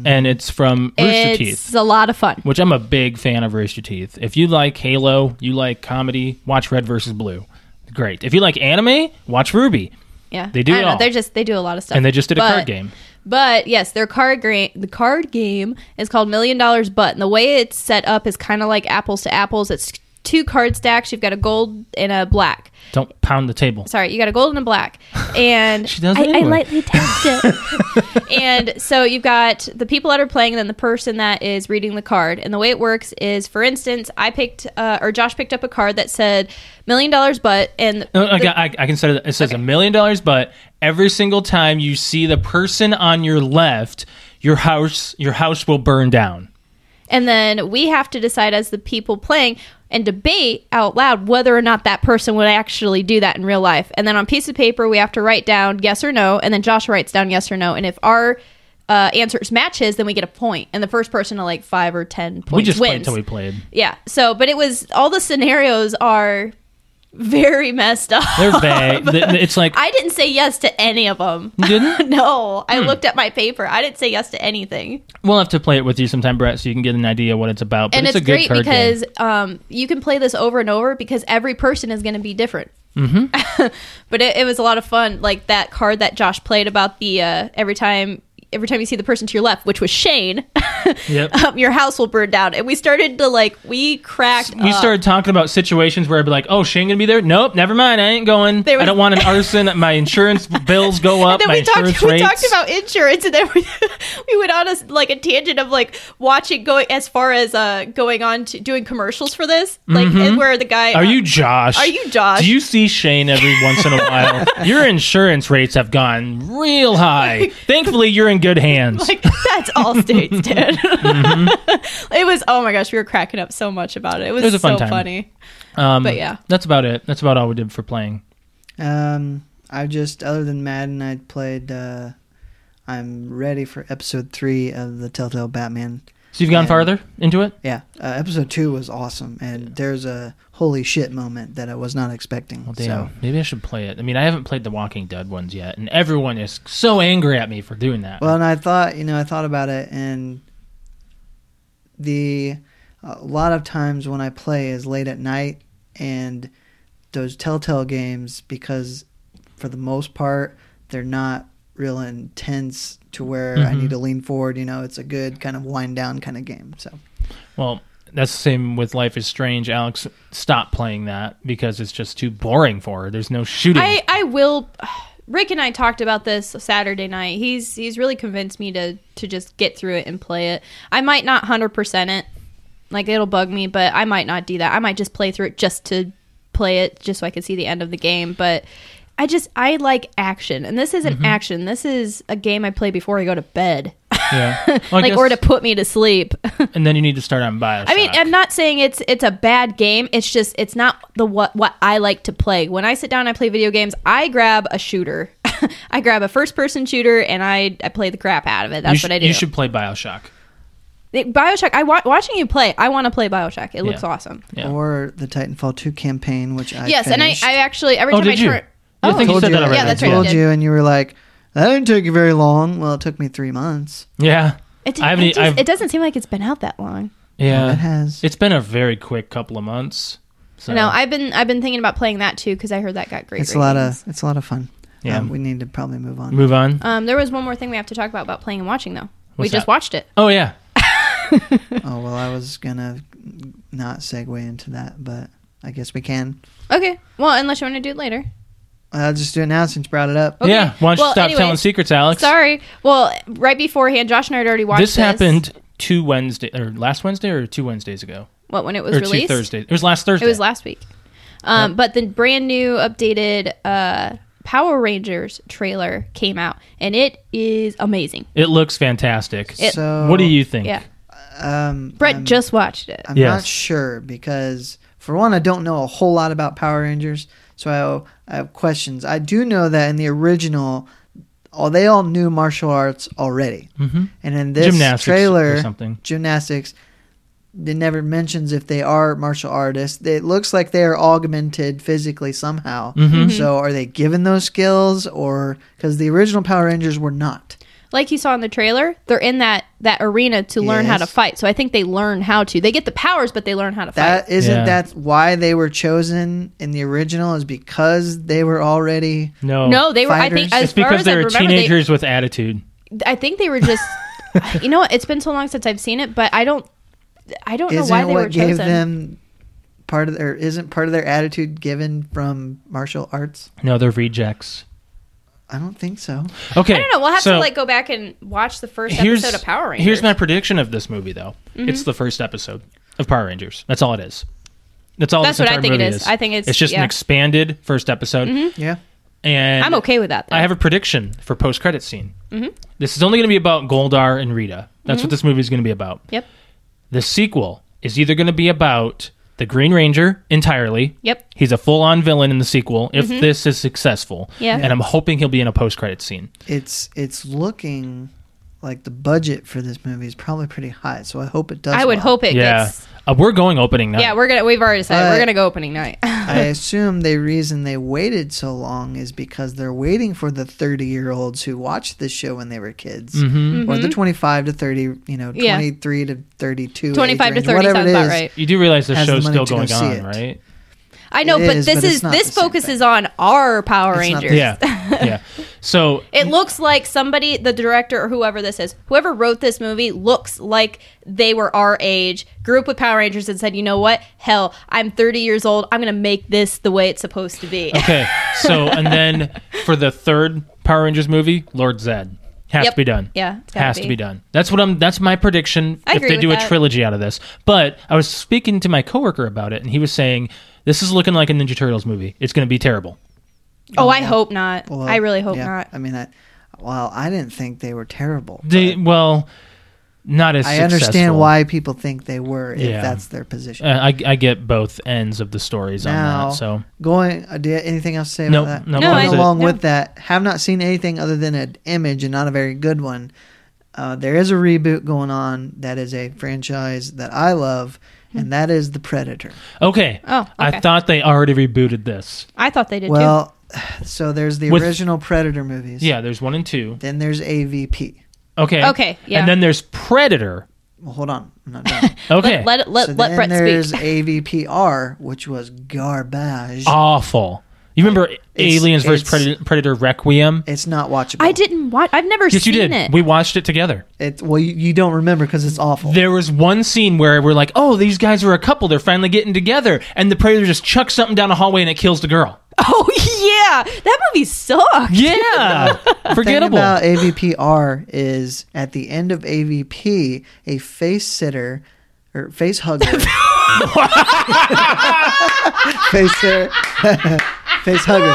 S3: and it's from Rooster Teeth.
S1: It's a lot of fun.
S3: which I'm a big fan of Rooster Teeth. If you like Halo, you like comedy, watch Red versus Blue. Great. If you like anime, watch Ruby.
S1: Yeah,
S3: They do
S1: I
S3: it
S1: don't know.
S3: all.
S1: They're just they do a lot of stuff.
S3: And they just did a
S1: But-
S3: card game.
S1: But yes, their card game the card game is called Million Dollars Butt, and the way it's set up is kind of like apples to apples. It's two card stacks. You've got a gold and a black.
S3: Don't pound the table.
S1: Sorry, you got a gold and a black, and
S3: She does
S1: I,
S3: it anyway.
S1: I lightly tapped it. and so you've got the people that are playing, and then the person that is reading the card. And the way it works is, for instance, I picked uh, or Josh picked up a card that said Million Dollars Butt, and
S3: No, I, got, I, I can say that. It says a million dollars, but every single time you see the person on your left, your house your house will burn down.
S1: And then we have to decide as the people playing and debate out loud whether or not that person would actually do that in real life. And then on piece of paper, we have to write down yes or no. And then Josh writes down yes or no. And if our uh, answers match his, then we get a point. And the first person to like five or ten points
S3: we just
S1: wins.
S3: played until we played.
S1: yeah. So, but it was all the scenarios are very messed up.
S3: They're vague. Th- it's like
S1: I didn't say yes to any of them.
S3: you didn't. Hmm.
S1: no, I looked at my paper. I didn't say yes to anything.
S3: We'll have to play it with you sometime, Brett, so you can get an idea what it's about. But
S1: and it's,
S3: a
S1: great
S3: good card game.
S1: because um, you can play this over and over because every person is going to be different. Mm-hmm. but it, it was a lot of fun. Like that card that Josh played about the uh, every time every time you see the person to your left, which was Shane,
S3: Yep.
S1: um, your house will burn down. And we started to like we cracked.
S3: we
S1: up.
S3: started talking about situations where I'd be like, "Oh, Shane gonna be there? Nope, never mind. I ain't going.
S1: There was-
S3: I don't want an arson. My insurance bills go up.
S1: And then
S3: my
S1: we
S3: insurance
S1: talked. We
S3: rates.
S1: talked about insurance, and then we, we went on a s- like a tangent of like watching going as far as uh going on to doing commercials for this, like and where the guy
S3: Mm-hmm. are you Josh?
S1: Are you Josh?
S3: Do you see Shane every once in a while? Your insurance rates have gone real high. Thankfully, you're in good hands.
S1: Like that's all states did. it was oh my gosh, we were cracking up so much about it. It was,
S3: Mm-hmm. was a fun
S1: so
S3: time.
S1: funny.
S3: um,
S1: but yeah.
S3: that's about it. That's about all we did for playing.
S2: Um, I just other than Madden, I played. Uh, I'm ready for episode three of the Telltale Batman.
S3: So you've gone
S2: Yeah.
S3: farther into it.
S2: Yeah, uh, episode two was awesome, and there's a holy shit moment that I was not expecting.
S3: Well, damn.
S2: so
S3: Maybe I should play it. I mean, I haven't played the Walking Dead ones yet, and everyone is so angry at me for doing that.
S2: Well, and I thought, you know, I thought about it, and the a lot of times when I play is late at night, and those Telltale games, because for the most part they're not real intense to where I
S3: Mhm.
S2: need to lean forward. You know, it's a good kind of wind down kind of game. So
S3: Well, that's the same with Life is Strange. Alex, stop playing that because it's just too boring for her. There's no shooting.
S1: I I will. Rick and I talked about this Saturday night. He's he's really convinced me to to just get through it and play it. I might not hundred percent it. Like it'll bug me, but I might not do that. I might just play through it just to play it, just so I could see the end of the game. But I just I like action, and this
S3: Mm-hmm.
S1: isn't action. This is a game I play before I go to bed,
S3: yeah. Well, I
S1: like
S3: guess-
S1: or to put me to sleep.
S3: and then you need to start on Bioshock.
S1: I mean, I'm not saying it's it's a bad game. It's just it's not the what what I like to play. When I sit down, and I play video games. I grab a shooter, I grab a first person shooter, and I I play the crap out of it. That's
S3: you should,
S1: what I do.
S3: You should play Bioshock.
S1: It- Bioshock. I wa- watching you play. I want to play Bioshock. It looks
S3: Yeah.
S1: awesome.
S3: Yeah.
S2: or the Titanfall two campaign, which I
S1: yes,
S2: finished.
S1: and I I actually every
S3: Oh,
S1: time I
S3: did you?
S1: turn.
S3: I think you
S2: told
S3: said
S2: you
S3: that already.
S1: Yeah, that's
S2: I
S1: right, you
S2: told
S1: did.
S2: you, and you were like, "That didn't take you very long." Well, it took me three months.
S3: Yeah.
S1: It,
S3: I haven't-
S1: it, just,
S3: I've-
S1: it doesn't seem like it's been out that long.
S3: Yeah.
S2: It has.
S3: It's been a very quick couple of months. So,
S1: No, I've been I've been thinking about playing that too because I heard that got great.
S2: It's a lot
S1: ratings.
S2: of it's a lot of fun.
S3: Yeah.
S2: Um, we need to probably move on.
S3: Move on.
S1: Um, there was one more thing we have to talk about about playing and watching though. we
S3: What's
S1: just
S3: that?
S1: watched it.
S3: Oh, yeah.
S2: Oh well, I was gonna not segue into that, but I guess we can.
S1: Okay. Well, unless you want to do it later.
S2: I'll just do it now since you brought it up.
S1: Okay.
S3: Yeah. Why don't you
S1: Well,
S3: stop
S1: anyways,
S3: telling secrets, Alex?
S1: Sorry. Well, right beforehand, Josh and I had already watched this.
S3: This happened two Wednesday or last Wednesday or two Wednesdays ago
S1: What when it was
S3: or
S1: released?
S3: two Thursdays. It was last Thursday.
S1: It was last week. Um, But the brand new updated uh, Power Rangers trailer came out, and it is amazing.
S3: It looks fantastic.
S1: It-
S2: so
S3: what do you think?
S1: Yeah,
S2: Um,
S1: Brett
S2: I'm,
S1: just watched it.
S2: I'm
S3: Yes.
S2: not sure because for one, I don't know a whole lot about Power Rangers, so I, I have questions. I do know that in the original, all they all knew martial arts already,
S3: Mm-hmm.
S2: and in this
S3: Gymnastics
S2: trailer,
S3: or something.
S2: gymnastics, it never mentions if they are martial artists. It looks like they are augmented physically somehow.
S3: Mm-hmm.
S2: So are they given those skills or because the original Power Rangers were not?
S1: like you saw in the trailer, they're in that that arena to learn how to
S2: Yes.
S1: fight. So I think they learn how to. They get the powers, but they learn how to
S2: That
S1: fight.
S2: isn't
S3: Yeah.
S2: that why they were chosen in the original is because they were already
S3: No,
S1: No, they were. I
S2: Fighters.
S1: think as
S3: it's
S1: far
S3: because
S1: as I
S3: they were
S1: remember,
S3: teenagers with attitude.
S1: They, I think they were just. you know, what? it's been so long since I've seen it, but I don't. I don't know
S2: isn't
S1: why they
S2: what
S1: were
S2: gave
S1: chosen.
S2: them part of their isn't part of their attitude given from martial arts?
S3: No, they're rejects.
S2: I don't think so.
S3: Okay,
S1: I don't know. We'll have
S3: so
S1: to like go back and watch the first
S3: here's
S1: episode of Power Rangers. Mm-hmm.
S3: here's my prediction of this movie though. It's the first episode of Power Rangers. That's all it is. That's all.
S1: That's
S3: this
S1: what I
S3: entire
S1: think it
S3: movie
S1: is. I think it's-
S3: it's just an
S1: yeah. Mm-hmm.
S3: expanded first episode,
S2: Yeah.
S3: and
S1: I'm okay with that. Mm-hmm. Though.
S3: I have a prediction for post credit scene. This is only going to be about Goldar and Rita. That's what this movie is going to be about.
S1: Mm-hmm. Yep.
S3: The sequel is either going to be about the Green Ranger entirely.
S1: Yep. Mm-hmm.
S3: He's a full on villain in the sequel if this is successful.
S1: Yeah.
S3: And I'm hoping he'll be in a post credit scene.
S2: It's it's looking like the budget for this movie is probably pretty high, so I hope it does.
S1: I would
S2: well.
S1: hope it
S3: yeah.
S1: gets.
S3: Uh, we're going opening now.
S1: Yeah, we're gonna. We've already decided
S2: But-
S1: we're gonna go opening night.
S2: I assume the reason they waited so long is because they're waiting for the 30 year olds who watched this show when they were kids,
S3: Mm-hmm.
S2: or the 25 to 30, you know,
S1: Mm-hmm. Yeah.
S2: 23 to 32, age
S1: 25 to
S2: range,
S1: 30
S2: whatever
S1: sounds
S2: it
S1: about
S2: is.
S1: right.
S3: You do realize the
S2: Has the
S3: show's
S2: money
S3: still
S2: to go
S3: going
S2: see
S3: on,
S2: it.
S3: right?
S1: I know,
S2: It
S1: but
S2: is,
S1: this
S2: but it's
S1: is
S2: not
S1: this
S2: the same
S1: focuses
S2: thing.
S1: on our Power
S2: It's not the
S1: Rangers.
S3: Yeah. yeah. So
S1: It looks like somebody, the director or whoever this is, whoever wrote this movie looks like they were our age, grew up with Power Rangers, and said, you know what? Hell, I'm 30 years old. I'm going to make this the way it's supposed to be.
S2: Oh,
S3: Okay. So and then for the third Power Rangers movie, Lord Zed has
S1: Yep.
S3: to be done.
S1: Yeah, it's gotta
S3: has to
S1: be.
S3: be done. That's what I'm. That's my prediction.
S1: I
S3: if
S1: agree
S3: they
S1: with
S3: do
S1: that.
S3: a trilogy out of this, but I was speaking to my coworker about it, and he was saying this is looking like a Ninja Turtles movie. It's going to be terrible.
S1: oh, I hope not.
S2: Well,
S1: I really hope
S2: yeah.
S1: not.
S2: I mean, I, well, I didn't think they were terrible.
S3: They,
S2: but
S3: well, not as.
S2: I understand
S3: successful.
S2: why people think they were if
S3: Yeah.
S2: that's their position.
S3: Uh, I, I get both ends of the stories on
S2: Now-
S3: that. So
S2: Going, uh, do you have anything else to say
S3: Nope,
S2: about that?
S3: nope,
S1: No,
S2: Going
S1: I-
S2: along
S1: no.
S2: with that, have not seen anything other than an image and not a very good one. Uh, there is a reboot going on that is a franchise that I love,
S1: Hmm.
S2: and that is The Predator.
S3: okay.
S1: Oh, okay.
S3: I thought they already rebooted this.
S1: I thought they did
S2: Well, so there's the
S3: With-
S2: original Predator movies.
S3: Yeah, there's one and two.
S2: Then there's AVP.
S3: Okay.
S1: Okay, yeah.
S3: And then there's Predator.
S2: Well, hold on, I'm not done.
S1: too.
S3: Okay.
S1: Let, let, let,
S2: so
S1: let
S2: then
S1: Brett
S2: there's
S1: speak.
S2: AVPR, which was garbage.
S3: Ah. awful. You remember Aliens versus
S2: it's-
S3: Predator, Predator Requiem?
S2: It's not watchable.
S1: I didn't watch. I've never
S3: Yes, you
S1: seen
S3: did.
S1: it.
S3: We watched it together.
S2: It, well, you, you don't remember because it's awful.
S3: There was one scene where we're like, "Oh, these guys are a couple. They're finally getting together," and the predator just chucks something down a hallway and it kills the girl.
S1: oh yeah, that movie sucked.
S3: Yeah, forgettable.
S2: thing about AVPR is at the end of AVP, a face sitter or face hugger. face sitter. face hugger.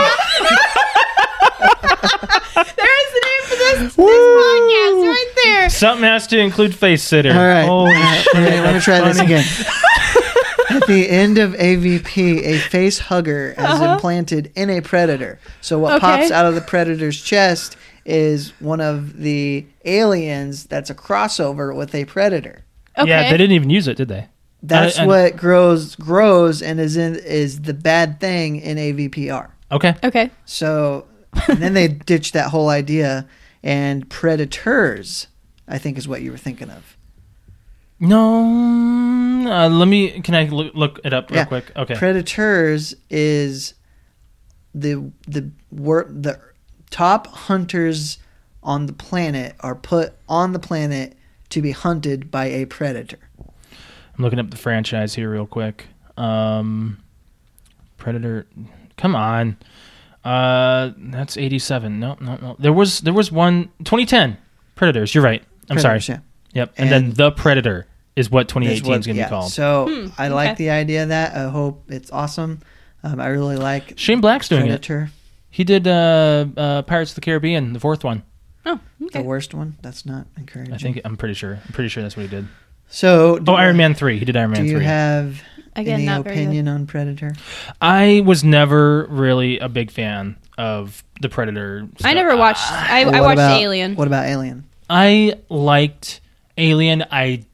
S1: There's the name for this, this
S2: Woo!
S1: podcast right there.
S3: Something has to include face sitter.
S2: All right.
S3: Holy shit,
S2: Let me
S3: that's
S2: try this
S3: funny.
S2: again. At the end of AVP, a face hugger is
S3: Uh-huh.
S2: implanted in a predator. So what
S1: Okay.
S2: pops out of the predator's chest is one of the aliens that's a crossover with a predator.
S1: Okay.
S3: Oh, Yeah, they didn't even use it, did they?
S2: That's
S3: I- I-
S2: what grows grows and is in is the bad thing in AVPR.
S3: Okay.
S1: Okay.
S2: So and then they ditched that whole idea and predators, I think is what you were thinking of.
S3: No. Uh, let me. Can I look, look it up real
S2: Yeah.
S3: quick? Okay.
S2: Predators is the the wor- the top hunters on the planet are put on the planet to be hunted by a predator.
S3: I'm looking up the franchise here real quick. Um, Predator. Come on. Uh, that's 87. No, no, no. There was there was one 2010 Predators. You're right. I'm
S2: Predators,
S3: sorry.
S2: yeah.
S3: Yep. And, then
S2: And-
S3: the Predator is what 2018
S2: what-
S3: is going to
S2: yeah.
S3: be called.
S2: So I like
S1: okay.
S2: the idea of that. I hope it's awesome. Um, I really like
S3: Shane Black's doing it.
S2: Predator,
S3: He did uh, uh, Pirates of the Caribbean, the fourth one.
S1: Oh, okay.
S2: the worst one. That's not encouraging.
S3: I think I'm pretty sure. I'm pretty sure that's what he did.
S2: so. do
S3: Oh,
S2: you-
S3: Iron Man three. He did Iron Man
S2: Do you
S3: three.
S2: have
S1: Again,
S2: any
S1: not very good.
S2: opinion on Predator?
S3: I was never really a big fan of the Predator.
S1: I
S3: stuff.
S1: never watched. I,
S2: What
S1: I watched
S2: about-
S1: Alien.
S2: What about Alien?
S3: I liked Alien. I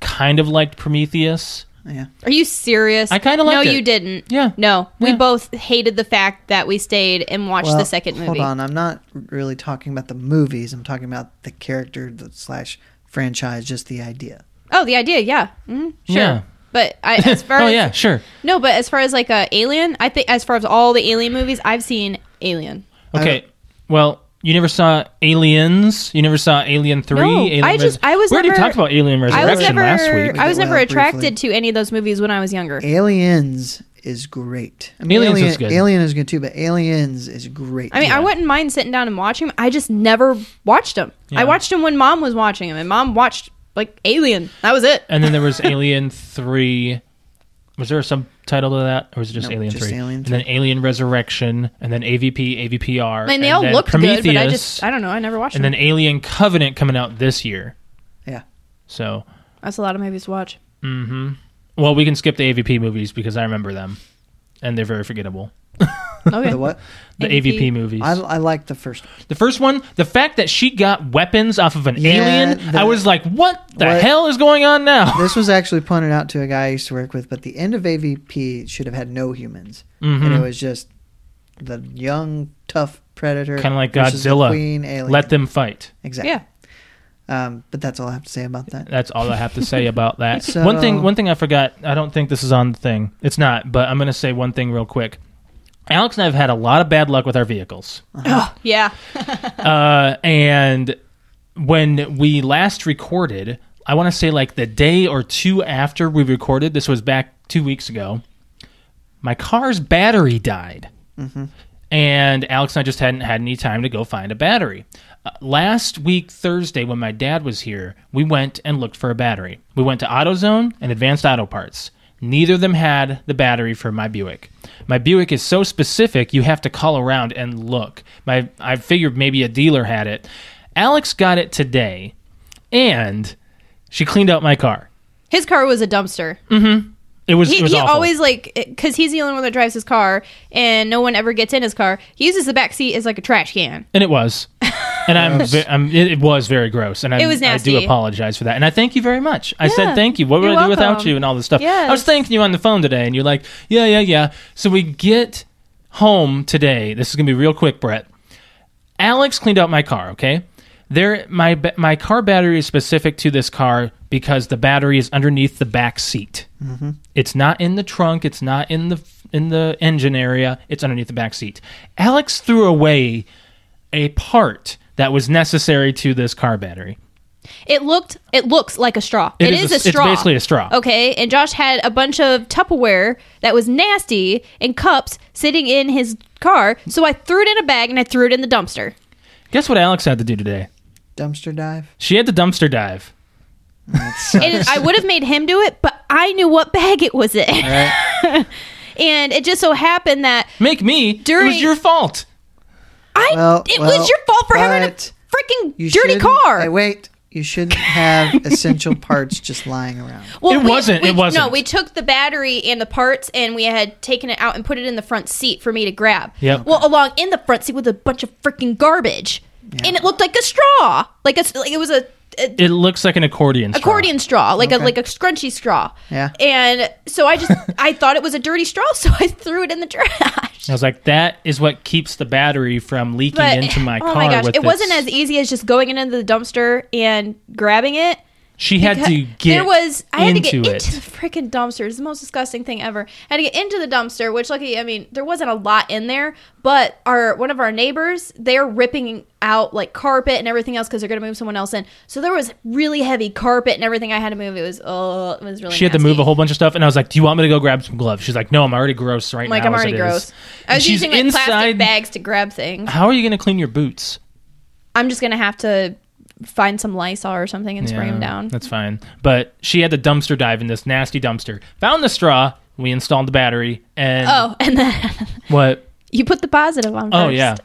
S3: kind of liked Prometheus.
S2: Yeah.
S1: Are you serious?
S3: I kinda
S1: No,
S3: liked it.
S1: you didn't.
S3: Yeah.
S1: No, we
S3: Yeah.
S1: both hated the fact that we stayed and watched
S2: Well,
S1: the second movie.
S2: Hold on, I'm not really talking about the movies. I'm talking about the character the slash franchise, just the idea.
S1: Oh, the idea, yeah, hmm sure.
S3: Yeah.
S1: But I, as far
S3: oh
S1: as
S3: yeah, sure.
S1: no, but as far as like uh, Alien, I think as far as all the Alien movies, I've seen Alien.
S3: Okay. Well, you never saw Aliens. You never saw Alien Three.
S1: No,
S3: Alien
S1: I just- I was
S3: We already
S1: never-
S3: talked about Alien
S1: I was
S3: Resurrection
S1: never,
S3: last week.
S1: I was
S2: Well,
S1: never attracted
S2: briefly.
S1: to any of those movies when I was younger.
S2: Aliens is great. I mean,
S3: Aliens
S2: Alien,
S3: is good.
S2: Alien is good too, but Aliens is great.
S1: I mean, I wouldn't mind sitting down and watching them. I just never watched them.
S3: Yeah.
S1: I watched them when mom was watching them, and mom watched like Alien. That was it.
S3: And then there was Alien Three. Was there a subtitle to that, or was it just
S2: No,
S3: Alien
S2: just
S3: Three?
S2: Alien
S3: and then Alien Resurrection, and then AVP, AVPR,
S1: I mean, they all
S3: then
S1: looked
S3: Prometheus,
S1: good, but I just I don't know. I never watched
S3: and
S1: them.
S3: then Alien Covenant coming out this year.
S2: Yeah.
S3: So,
S1: That's a lot of movies to watch.
S3: hmm well, we can skip the AVP movies because I remember them, and they're very forgettable.
S1: Okay.
S2: The what?
S3: The AVP,
S1: AVP.
S3: movies.
S2: I, I like the first. one.
S3: The first one, the fact that she got weapons off of an
S2: Yeah,
S3: alien,
S2: the-
S3: I was like, what the
S2: What?
S3: hell is going on now?
S2: This was actually pointed out to a guy I used to work with, but the end of AVP should have had no humans, and
S3: Mhm.
S2: it was just the young tough predator,
S3: Kinda like
S2: versus the
S3: Godzilla.
S2: queen alien.
S3: Let them fight.
S2: exactly.
S1: Yeah.
S2: Um, but that's all I have to say about that.
S3: That's all I have to say about that.
S2: So-
S3: one thing, one thing I forgot. I don't think this is on the thing. It's not, but I'm going to say one thing real quick. Alex and I have had a lot of bad luck with our vehicles,
S1: Oh, yeah.
S3: uh, and when we last recorded, I want to say like the day or two after we recorded. This was back two weeks ago. My car's battery died. and Alex and I just hadn't had any time to go find a battery. Uh, last week, Thursday, when my dad was here, we went and looked for a battery. We went to AutoZone and Advanced Auto Parts. Neither of them had the battery for my Buick. My Buick is so specific, you have to call around and look. My, I figured maybe a dealer had it. Alex got it today, and she cleaned out my car.
S1: His car was a dumpster.
S3: It was,
S1: He,
S3: Mm, it was
S1: he
S3: awful.
S1: always like because he's the only one that drives his car, and no one ever gets in his car. He uses the back seat as like a trash can.
S3: and it was and I'm, ve- I'm it, it was very gross and I,
S1: It was
S3: I do
S1: nasty.
S3: apologize for that and i thank you very much i said
S1: Yeah.
S3: thank you what would
S1: You're
S3: i do without
S1: welcome.
S3: you and all this stuff i was
S1: Yes.
S3: thanking you on the phone today and you're like yeah yeah yeah so we get home today this is gonna be real quick brett alex cleaned out my car okay there my ba- my car battery is specific to this car because the battery is underneath the back seat it's not in the trunk. It's not in the in the engine area. It's underneath the back seat. Alex threw away a part that was necessary to this car battery.
S1: It looked it looks like a straw.
S3: It
S1: it is,
S3: is a-
S1: a,
S3: it's
S1: straw.
S3: basically a straw.
S1: Okay, and Josh had a bunch of Tupperware that was nasty and cups sitting in his car, so I threw it in a bag and I threw it in the dumpster.
S3: Guess what Alex had to do today?
S2: Dumpster dive.
S3: She had to dumpster dive.
S1: It is, I would have made him do it, but I knew what bag it was in. and it just so happened that
S3: Make me. it
S1: During-
S3: was your fault.
S1: I
S2: Well,
S1: it
S2: well,
S1: was your fault for having a
S2: but
S1: freaking dirty
S2: shouldn't-
S1: car.
S2: Hey, wait. You shouldn't have essential parts just lying around.
S1: Well,
S3: It wasn't,
S1: We,
S3: it wasn't.
S1: No, we took the battery and the parts, and we had taken it out and put it in the front seat for me to grab.
S3: Yep.
S1: Well, along in the front seat with a bunch of freaking garbage, and it looked like a straw, like a s- like it was a, a
S3: It looks like an accordion. straw.
S1: accordion straw, like
S2: Okay.
S1: a like a scrunchy straw.
S2: Yeah.
S1: And so I just I thought it was a dirty straw, so I threw it in the trash.
S3: I was like, that is what keeps the battery from leaking into my car.
S1: oh my gosh,
S3: with
S1: it wasn't as
S3: its-
S1: easy as just going into the dumpster and grabbing it.
S3: She had
S1: Because
S3: to get.
S1: there was I had to get
S3: into it.
S1: into the freaking dumpster. It's the most disgusting thing ever. I had to get into the dumpster, which lucky I mean there wasn't a lot in there, but our one of our neighbors they're ripping out like carpet and everything else because they're gonna move someone else in. So there was really heavy carpet and everything I had to move. It was oh it was really.
S3: she had to
S1: nasty.
S3: move a whole bunch of stuff, and I was like, "Do you want me to go grab some gloves?" She's like, "No, I'm already gross right
S1: I'm like
S3: now."
S1: I'm
S3: as
S1: already
S3: it is."
S1: gross. I was
S3: And she's
S1: using like
S3: inside-
S1: plastic bags to grab things.
S3: How are you going to clean your boots?
S1: I'm just gonna have to find some Lysol or something and spray them down.
S3: That's fine. But she had to dumpster dive in this nasty dumpster. Found the straw. We installed the battery, and
S1: Oh, and then
S3: what?
S1: you put the positive on. First.
S3: Oh yeah.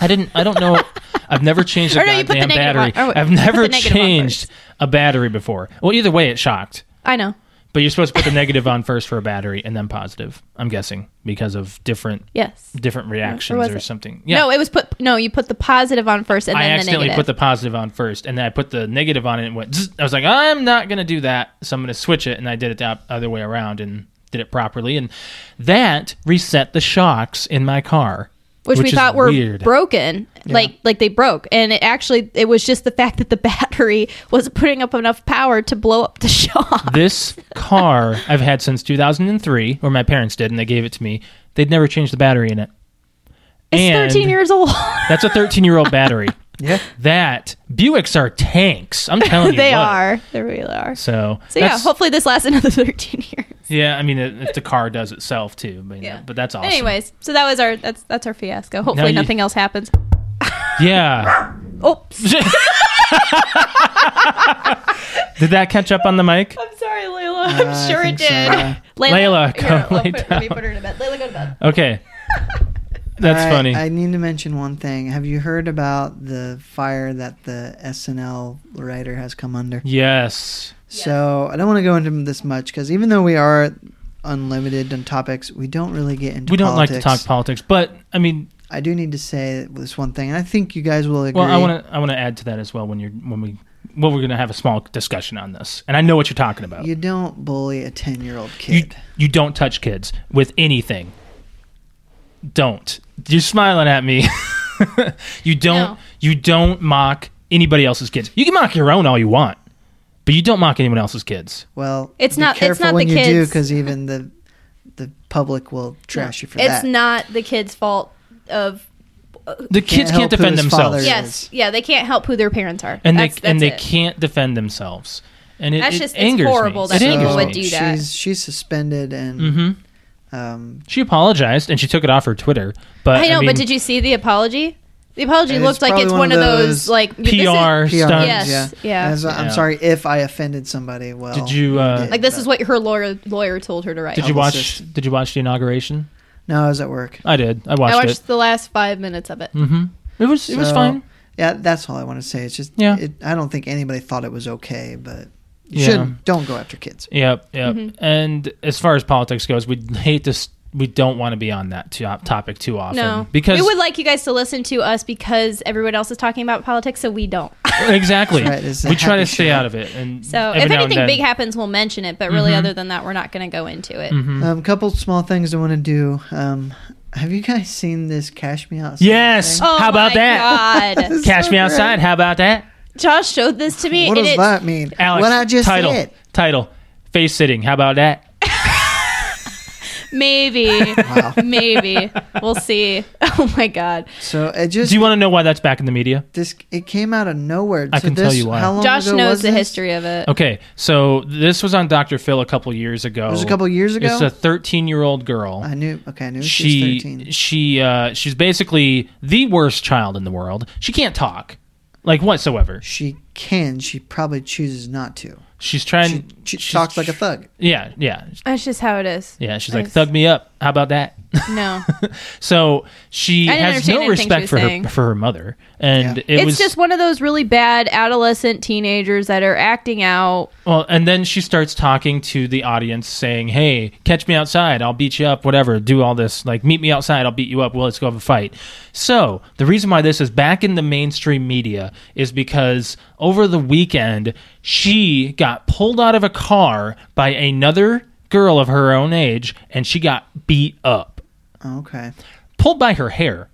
S3: I didn't. I don't know. I've never changed a
S1: Or no, you put the
S3: goddamn
S1: negative
S3: battery.
S1: on- or wait,
S3: I've
S1: put the
S3: never
S1: negative on
S3: changed a battery before. Well, either way, it shocked.
S1: I know.
S3: But you're supposed to put the negative on first for a battery and then positive. I'm guessing because of different
S1: Yes.
S3: different reactions
S1: was
S3: or
S1: it?
S3: something. Yeah.
S1: No, it was put. No, you put the positive on first, and
S3: I
S1: then
S3: accidentally
S1: the
S3: put
S1: negative.
S3: the positive on first, and then I put the negative on it and went. Zzz. I was like, I'm not gonna do that, so I'm gonna switch it, and I did it the other way around and did it properly, and that reset the shocks in my car,
S1: which, we
S3: is
S1: thought were
S3: weird.
S1: broken, like like they broke, and it actually it was just the fact that the battery wasn't putting up enough power to blow up the shock.
S3: this car I've had since 2003, or my parents did, and they gave it to me. They'd never changed the battery in it.
S1: It's
S3: And-
S1: thirteen years old.
S3: That's a 13 year old battery.
S2: Yeah.
S3: That Buicks are tanks. I'm telling you,
S1: they
S3: what.
S1: are. They really are. So,
S3: So,
S1: yeah,
S3: that's-
S1: hopefully this lasts another thirteen years.
S3: yeah. I mean, if the car does itself too, but, yeah. but that's awesome.
S1: Anyways, so that was our that's that's our fiasco. Hopefully
S3: you-
S1: nothing else happens. Oh,
S3: yeah.
S1: Oops.
S3: Did that catch up on the mic?
S1: I'm sorry, Layla. I'm
S2: I
S1: sure it
S2: think so,
S1: did.
S2: yeah.
S3: Layla,
S1: here,
S3: go
S1: I'll
S3: lay
S1: put- Let me
S3: down.
S1: put her to bed. Layla, go to bed.
S3: Okay, that's
S2: I-
S3: funny.
S2: I need to mention one thing. Have you heard about the fire that the SNL writer has come under?
S3: yes.
S2: So I don't want to go into this much because even though we are unlimited on topics, we don't really get into.
S3: We don't like to
S2: politics.
S3: talk politics, but I mean,
S2: I do need to say this one thing, and I think you guys will agree.
S3: Well, I want to I want to add to that as well when you're when we well we're going to have a small discussion on this, and I know what you're talking about.
S2: You don't bully a ten-year-old
S3: you,
S2: kid.
S3: you don't touch kids with anything. Don't. You're smiling at me. you don't.
S1: No.
S3: You don't mock anybody else's kids. You can mock your own all you want, but you don't mock anyone else's kids.
S2: well,
S1: It's
S2: be
S1: not- it's
S2: Careful
S1: not the
S2: when you do
S1: kids.
S2: because even the the public will trash you for
S1: It's
S2: that.
S1: not the kid's fault of
S3: The kids
S2: help
S3: can't defend
S2: whose father
S3: themselves,
S2: There
S1: yes,
S2: is.
S1: yeah, they can't help who their parents are,
S3: and they
S1: that's,
S3: and they
S1: that's it.
S3: can't defend themselves. And it,
S1: That's
S3: it
S1: just- it's
S3: angers
S1: horrible
S3: me.
S1: that
S3: it
S1: people
S3: angers
S1: would
S3: me.
S1: do that.
S2: She's she's suspended and
S3: Mhm.
S2: um,
S3: She apologized and she took it off her Twitter. But
S1: I know,
S3: uh, mean,
S1: but did you see the apology? The apology
S2: It's
S1: looked like
S2: probably
S1: it's
S2: one
S1: one
S2: of
S1: of those,
S2: those
S1: like
S3: PR
S1: this is-
S2: PR.
S3: stunts.
S1: Yes, yeah.
S2: As- I'm
S3: Yeah.
S2: sorry if I offended somebody. Well,
S3: Did you, uh,
S1: like this is what her lawyer lawyer told her to write.
S3: Did you
S2: Elvis
S3: watch?
S2: System.
S3: Did you watch the inauguration?
S2: No, I was at work.
S3: I did. I
S1: I
S3: watched,
S1: watched the last five minutes of it.
S3: it. hmm It was. it was
S2: So,
S3: fine.
S2: Yeah, that's all I want to say. It's just,
S3: Yeah.
S2: It, I don't think anybody thought it was okay, but you
S3: Yeah.
S2: should don't go after kids.
S3: Yep. Yep.
S1: Mm-hmm.
S3: And as far as politics goes, we hate this. We don't want to be on that to- topic too often.
S1: No,
S3: Because
S1: we would like you guys to listen to us because everyone else is talking about politics, so we don't.
S3: exactly.
S2: That's right, this is a
S3: we try
S2: happy
S3: to stay
S2: show.
S3: out of it. And
S1: So
S3: every
S1: if
S3: now and
S1: anything
S3: then- Mm-hmm.
S1: big happens, we'll mention it. But really, other than that, we're not going to go into it.
S2: A um, couple small things I want to do. Um, have you guys seen this Cash Me Outside?
S3: Yes!
S2: thing?
S1: Oh
S3: How about
S1: my
S3: that?
S1: God.
S3: Cash
S2: So
S3: me
S2: great.
S3: outside. How about that,
S1: Josh showed this to me.
S2: What
S1: and
S2: does
S1: it,
S2: that mean?
S3: Alex?
S2: what I just
S3: title.
S2: said.
S3: Title. Face sitting. How about that?
S1: Maybe, maybe we'll see. Oh my god,
S2: So it just
S3: Do you want to know why that's back in the media?
S2: this it came out of nowhere.
S3: I
S2: So
S3: can tell
S2: this-
S3: you why.
S2: How long
S1: Josh
S2: ago
S1: knows
S2: was
S1: the
S2: this?
S1: history of it.
S3: Okay, so this was on Dr. Phil a couple years ago.
S2: It was a couple years ago.
S3: It's a 13 year old girl.
S2: I knew. Okay, I knew she, was
S3: she
S2: thirteen.
S3: she uh, she's basically the worst child in the world. She can't talk, like whatsoever.
S2: She can. She probably chooses not to.
S3: She's trying.
S2: She, she
S3: she's-
S2: talks like a thug.
S3: Yeah, yeah,
S1: That's just how it is.
S3: yeah. She's like,
S1: Nice.
S3: thug me up. How about that?
S1: No,
S3: so she
S1: I didn't
S3: has
S1: understand
S3: no
S1: anything she
S3: respect
S1: was
S3: for
S1: saying.
S3: her for her mother, and
S2: Yeah.
S3: it
S1: it's
S3: was
S1: just one of those really bad adolescent teenagers that are acting out.
S3: well. And then she starts talking to the audience, saying, "Hey, catch me outside. I'll beat you up. Whatever. Do all this. Like, meet me outside. I'll beat you up. Well, let's go have a fight." So the reason why this is back in the mainstream media is because over the weekend she got pulled out of a car by another girl of her own age, and she got beat up.
S2: Okay.
S3: pulled by her hair.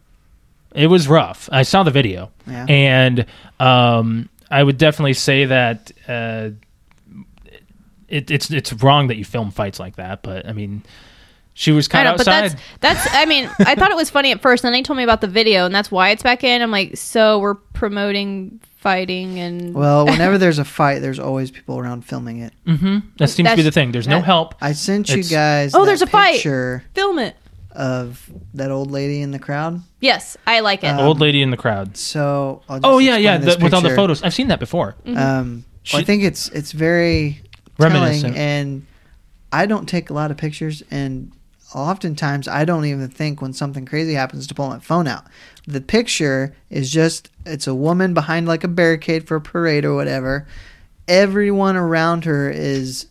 S3: It was rough. I saw the video,
S2: Yeah.
S3: and um, I would definitely say that uh, it, it's it's wrong that you film fights like that. But I mean, she was
S1: I
S3: caught
S1: know,
S3: outside.
S1: but that's that's. I mean, I thought it was funny at first, and then they told me about the video, and that's why it's back in. I'm like, so we're promoting fighting and
S2: Well, whenever there's a fight, there's always people around filming it.
S3: that seems to be
S1: that's-
S3: the thing. There's no
S1: that-
S3: help.
S2: I sent you
S3: It's-
S2: guys.
S1: Oh,
S2: that
S1: there's a fight.
S2: picture
S1: film it.
S2: of that old lady in the crowd.
S1: Yes, I like it.
S3: Old lady in the crowd.
S2: So. I'll just
S3: Oh yeah, yeah.
S2: explain this
S3: The, with all the
S2: picture.
S3: photos, I've seen that before.
S1: Mm-hmm.
S2: Um, well, I
S3: She-
S2: think it's it's very
S3: Reminiscent.
S2: telling, and I don't take a lot of pictures, and oftentimes I don't even think when something crazy happens to pull my phone out. The picture is just it's a woman behind like a barricade for a parade or whatever. Everyone around her is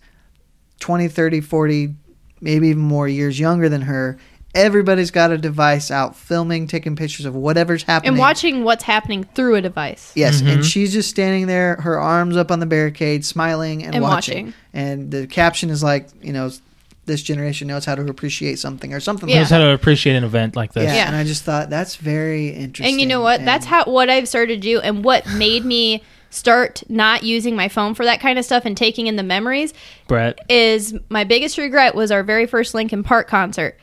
S2: 20, 30, 40, maybe even more years younger than her. Everybody's got a device out filming, taking pictures of whatever's happening.
S1: and watching what's happening through a device.
S2: Yes, and she's just standing there, her arms up on the barricade, smiling and,
S1: And
S2: watching.
S1: watching.
S2: And the caption is like, you know, this generation knows how to appreciate something or something
S1: Yeah.
S3: Knows
S2: like
S3: how to appreciate an event like
S2: that.
S3: this.
S2: Yeah,
S1: Yeah.
S2: And I just thought that's very interesting.
S1: And you know what? That's
S2: And-
S1: how what I've started to do, and what made me start not using my phone for that kind of stuff and taking in the memories
S3: Brett.
S1: is my biggest regret was our very first Linkin Park concert.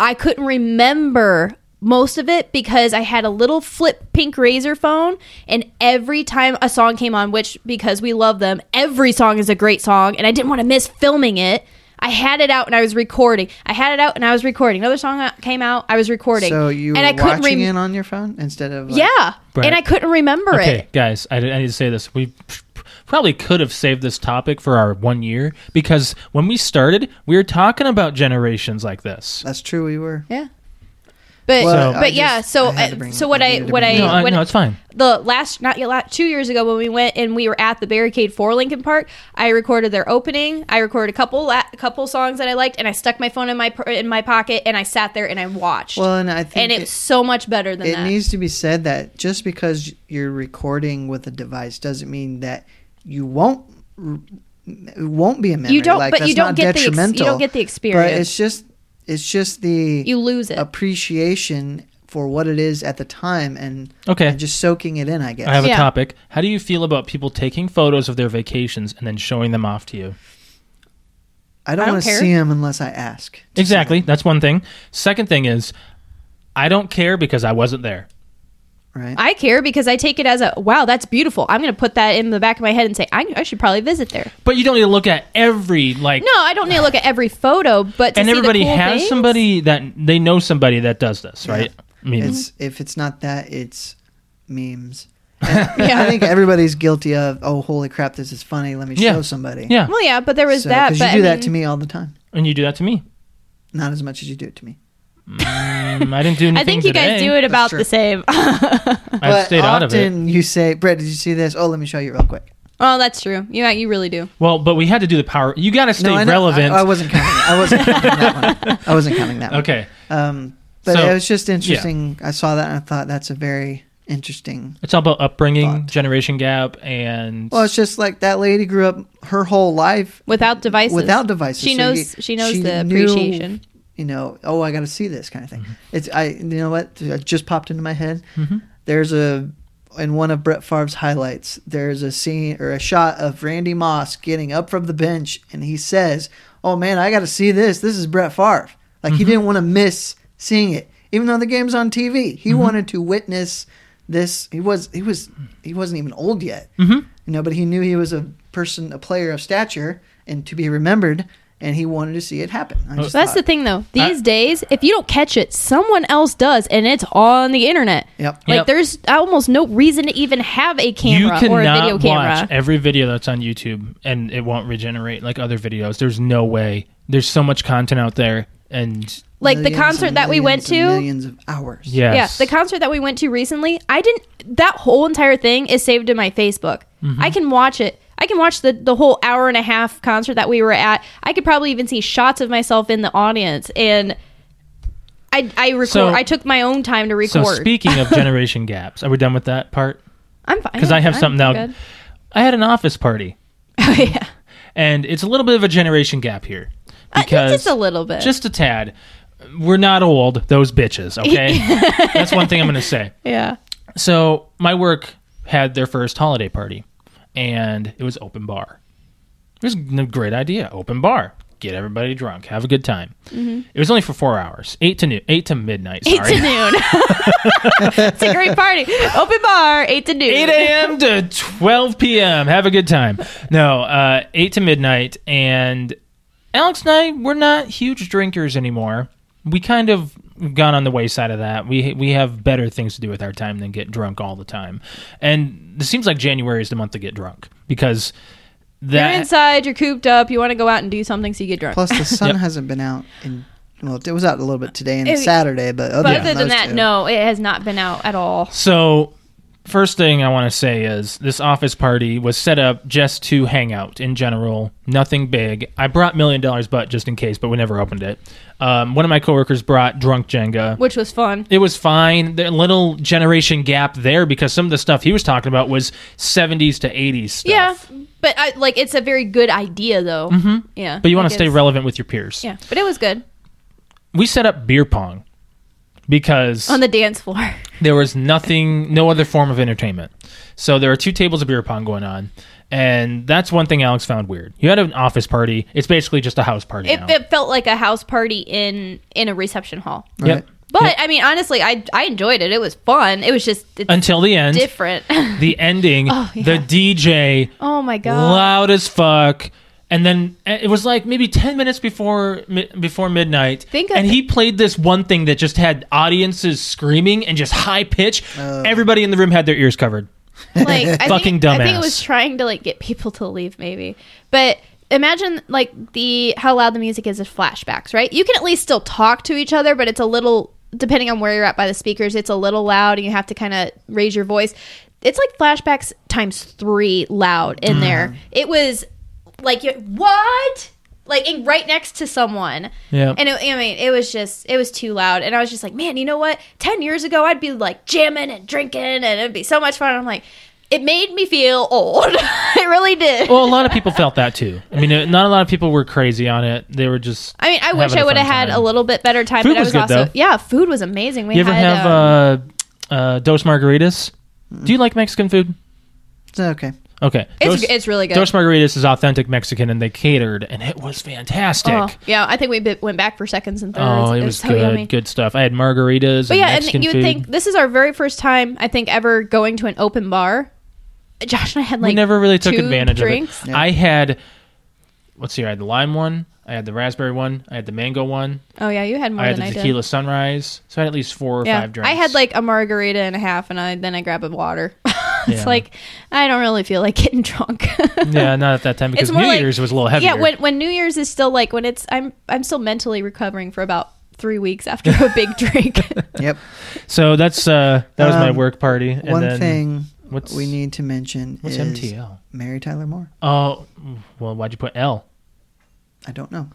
S1: I couldn't remember most of it because I had a little flip pink razor phone and every time a song came on which because we love them every song is a great song and I didn't want to miss filming it. I had it out and I was recording. I had it out and I was recording. Another song out- came out, I was recording.
S2: So you
S1: and
S2: were
S1: I couldn't
S2: watching
S1: rem-
S2: it on your phone instead of like,
S1: Yeah,
S3: Right.
S1: and I couldn't remember
S3: Okay,
S1: it.
S3: guys, I, I need to say this. We probably could have saved this topic for our one year because when we started, we were talking about generations like this.
S2: That's true. We were.
S1: Yeah. But
S2: Well, I
S1: but yeah,
S2: just-
S1: so
S2: I had
S1: uh,
S2: to bring-
S1: so what
S2: I
S1: I
S2: needed to
S1: what
S2: bring
S1: I
S2: it
S3: No, I,
S1: what
S3: no, it's fine.
S1: the last not yet la- two years ago when we went and we were at the barricade for Lincoln Park. I recorded their opening. I recorded a couple la- a couple songs that I liked, and I stuck my phone in my pr- in my pocket and I sat there and I watched.
S2: Well, and I think
S1: and it was so much better than
S2: it
S1: that.
S2: needs to be said that just because you're recording with a device doesn't mean that you won't r- it won't be a memory.
S1: don't-
S2: like,
S1: but
S2: that's
S1: you don't
S2: not
S1: get the ex- you don't
S2: detrimental,
S1: get the
S2: But
S1: experience.
S2: it's just it's just the
S1: you lose it.
S2: appreciation for what it is at the time and,
S3: Okay.
S2: and just soaking it in. I guess
S3: I have a
S1: Yeah.
S3: topic. How do you feel about people taking photos of their vacations and then showing them off to you?
S2: I don't,
S1: I don't
S2: want to
S1: care.
S2: see him unless I ask.
S3: Exactly. That's one thing. Second thing is, I don't care because I wasn't there.
S2: Right.
S1: I care because I take it as a wow, that's beautiful. I'm going to put that in the back of my head and say I, I should probably visit there.
S3: But you don't need to look at every like.
S1: No, I don't need to look at every photo, but to
S3: and
S1: see the
S3: everybody
S1: cool
S3: has
S1: things-
S3: somebody that they know somebody that does this, right? I mean,
S2: It's if it's not that, it's memes. I
S1: Yeah.
S2: think everybody's guilty of. Oh, holy crap! This is funny. Let me
S3: Yeah.
S2: show somebody.
S3: yeah.
S1: Well, yeah, but there was
S2: So-
S1: that. But
S2: you do
S1: I
S2: that
S1: mean-
S2: to me all the time.
S3: And you do that to me.
S2: Not as much as you do it to me.
S3: Mm, I didn't do anything.
S1: I think you guys
S3: today.
S1: do it about
S2: true.
S1: the same.
S3: I've stayed out of it.
S2: often you say, "Brett, did you see this? Oh, let me show you real quick."
S1: oh, that's true. Yeah, you really do.
S3: Well, but we had to do the power. You got to stay
S2: I know-
S3: relevant.
S2: I, I wasn't counting. I wasn't counting that one. I wasn't counting that.
S3: okay,
S2: One. Um, but
S3: So-
S2: it was just interesting. I saw that and I thought that's a very interesting.
S3: it's all about upbringing,
S2: Thought.
S3: generation gap, and
S2: Well, it's just like that lady grew up her whole life
S1: Without devices.
S2: without devices.
S1: She
S2: So
S1: knows.
S2: you-
S1: she knows the
S2: knew,
S1: appreciation.
S2: You know, oh, I got to see this kind of thing. It's I. You know what? It just popped into my head. There's a in one of Brett Favre's highlights. There's a scene or a shot of Randy Moss getting up from the bench, and he says, "Oh man, I got to see this. This is Brett Favre." Like he didn't want to miss seeing it, even though the game's on TV. He wanted to witness this. He was he was he wasn't even old yet you know, but he knew he was a person, a player of stature, and to be remembered, and he wanted to see it happen. I just
S1: That's the
S2: thought,
S1: thing,
S3: Uh,
S1: though. These days, if you don't catch it, someone else does, and it's on the internet.
S2: Yep.
S1: Like
S3: Yep.
S1: there's almost no reason to even have a
S3: you
S1: camera or a
S3: cannot
S1: video
S3: watch
S1: camera.
S3: every video that's on YouTube and it won't regenerate like other videos. There's no way. There's so much content out there, and
S1: Like the
S2: Millions
S1: concert
S2: and
S1: that we went
S2: millions
S1: to.
S2: and millions of hours.
S3: yes,
S1: Yeah, the concert that we went to recently, I didn't. That whole entire thing is saved in my Facebook.
S3: Mm-hmm.
S1: I can watch it. I can watch the the whole hour and a half concert that we were at. I could probably even see shots of myself in the audience, and I I record.
S3: So-
S1: I took my own time to
S3: so
S1: record.
S3: speaking of generation gaps, are we done with that part?
S1: I'm fine
S3: Because I have
S1: I'm
S3: something now.
S1: good.
S3: I had an office party,
S1: Oh yeah,
S3: and it's a little bit of a generation gap here
S1: Uh,
S3: because
S1: just a little bit.
S3: just a tad. We're not old, those bitches. Okay, that's one thing I'm going to say.
S1: yeah.
S3: So my work had their first holiday party, and it was open bar. It was a great idea. Open bar, get everybody drunk, have a good time. It was only for four hours, eight to noon, eight to midnight.
S1: Mm-hmm. Eight
S3: Sorry.
S1: to noon. it's a great party. Open bar, eight to noon.
S3: 8 a.m. to 12 p.m. Have a good time. No, uh, 8 to midnight. And Alex and I, we're not huge drinkers anymore. We kind of gone on the wayside of that. We we have better things to do with our time than get drunk all the time. And it seems like January is the month to get drunk because
S1: You're
S3: that
S1: inside. You're cooped up. You want to go out and do something, so you get drunk.
S2: Plus, the sun
S3: Yep.
S2: hasn't been out in. Well, it was out a little bit today and
S1: It-
S2: Saturday, but other,
S1: but
S2: than,
S1: other than
S2: those
S1: that,
S2: two-
S1: no, it has not been out at all.
S3: So First thing I want to say is this office party was set up just to hang out in general, nothing big. I brought Million Dollars Butt just in case, but we never opened it. Um, one of my coworkers brought Drunk Jenga.
S1: which was fun.
S3: It was fine. The little generation gap there because some of the stuff he was talking about was 70s to 80s stuff.
S1: Yeah, but I, like it's a very good idea though. Mm-hmm. Yeah,
S3: But you want
S1: like,
S3: to stay
S1: it's-
S3: relevant with your peers.
S1: Yeah, but it was good
S3: We set up beer pong because
S1: on the dance floor.
S3: there was nothing, no other form of entertainment. So there are two tables of beer pong going on. And that's one thing Alex found weird. You had an office party. It's basically just a house party.
S1: It,
S3: now.
S1: it felt like a house party in in a reception hall.
S3: Yep.
S1: But I mean, honestly, I I enjoyed it. It was fun. It was just it's
S3: Until the end,
S1: different. Oh,
S3: the ending,
S1: yeah.
S3: the DJ
S1: oh my god!
S3: loud as fuck. And then eh, it was like maybe ten minutes before mi- before midnight,
S1: Think of
S3: and
S1: the-
S3: he played this one thing that just had audiences screaming and just high pitch. Everybody in the room had their ears covered.
S1: like I
S3: Fucking
S1: think, I think it was
S3: dumbass.
S1: trying to like get people to leave, maybe. But imagine like the how loud the music is as flashbacks, right? You can at least still talk to each other, but it's a little depending on where you're at by the speakers. It's a little loud, and you have to kind of raise your voice. It's like flashbacks times three loud in
S3: Mm.
S1: there. It was like you- what. Like in, right next to someone,
S3: Yeah.
S1: And it, I mean, it was just it was too loud, and I was just like, man, you know what? Ten years ago, I'd be like jamming and drinking, and it'd be so much fun. I'm like, it made me feel old. it really did.
S3: Well, a lot of people felt that too. I mean, eh, not a lot of people were crazy on it. They were just.
S1: I mean, I wish
S3: having
S1: I
S3: a
S1: would have
S3: fun
S1: had
S3: time.
S1: a little bit better time.
S3: Food
S1: but I
S3: was
S1: was
S3: good,
S1: also
S3: though.
S1: yeah, food was amazing. We
S3: You ever
S1: had
S3: have
S1: um,
S3: uh, uh, dos margaritas? Do you like Mexican food?
S2: It's okay.
S3: Okay,
S1: it's
S3: dos,
S1: it's really good.
S3: dos margaritas is authentic Mexican, and they catered, and it was fantastic.
S1: Oh, yeah, I think we bit, went back for seconds and thirds.
S3: uh, Oh, it was,
S1: so
S3: good,
S1: yummy.
S3: good stuff. I had margaritas.
S1: But
S3: and
S1: yeah,
S3: Mexican
S1: and you would
S3: food.
S1: think this is our very first time I think ever going to an open bar. Josh and I had like
S3: we never really took
S1: two
S3: advantage
S1: drinks.
S3: of it. I had, let's see, I had the lime one, I had the raspberry one, I had the mango one,
S1: Oh yeah, you had more
S3: I had
S1: than
S3: the
S1: I did.
S3: tequila sunrise. So I had at least four or five drinks.
S1: I had like a margarita and a half, and I then I grab a water. it's
S3: Yeah.
S1: like I don't really feel like getting drunk.
S3: yeah, not at that time because
S1: It's more
S3: New
S1: like-
S3: Year's was a little heavier.
S1: yeah, when when New Year's is still like when it's I'm I'm still mentally recovering for about three weeks after a big drink.
S2: Yep.
S3: so that's uh that was my
S2: Um,
S3: work party. And
S2: One
S3: then
S2: thing
S3: what's
S2: we need to mention
S3: what's
S2: is
S3: MTL?
S2: Mary Tyler Moore.
S3: Oh, well, why'd you put L?
S2: I don't know.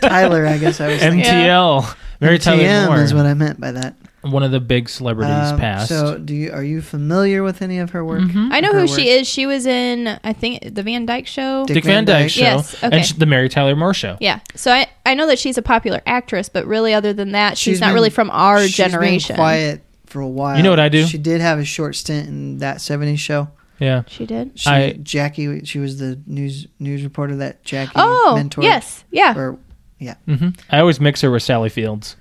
S2: Tyler, I guess I was thinking.
S3: MTL. Mary Tyler
S2: TM
S3: Moore,
S2: is what I meant by that.
S3: one of the big celebrities
S2: Um,
S3: passed.
S2: So, do you are you familiar with any of her work?
S1: Mm-hmm. I know
S2: Her
S1: who
S2: work.
S1: she is. She was in I think the Van Dyke Show.
S3: Dick Van Dyke show
S1: Yes, okay.
S3: and sh- the Mary Tyler Moore show.
S1: yeah, so I, I know that she's a popular actress, but really, other than that, she's,
S2: She's
S1: not
S2: been-
S1: really from our
S2: She's been
S1: generation.
S2: quiet for a while.
S3: You know what I do?
S2: She did have a short stint in that '70s show.
S3: Yeah.
S1: She did.
S2: She,
S3: I-
S2: Jackie, she was the news news reporter that Jackie
S1: Oh,
S2: mentored.
S1: yes, yeah.
S2: Or
S3: hmm I always mix her with Sally Fields.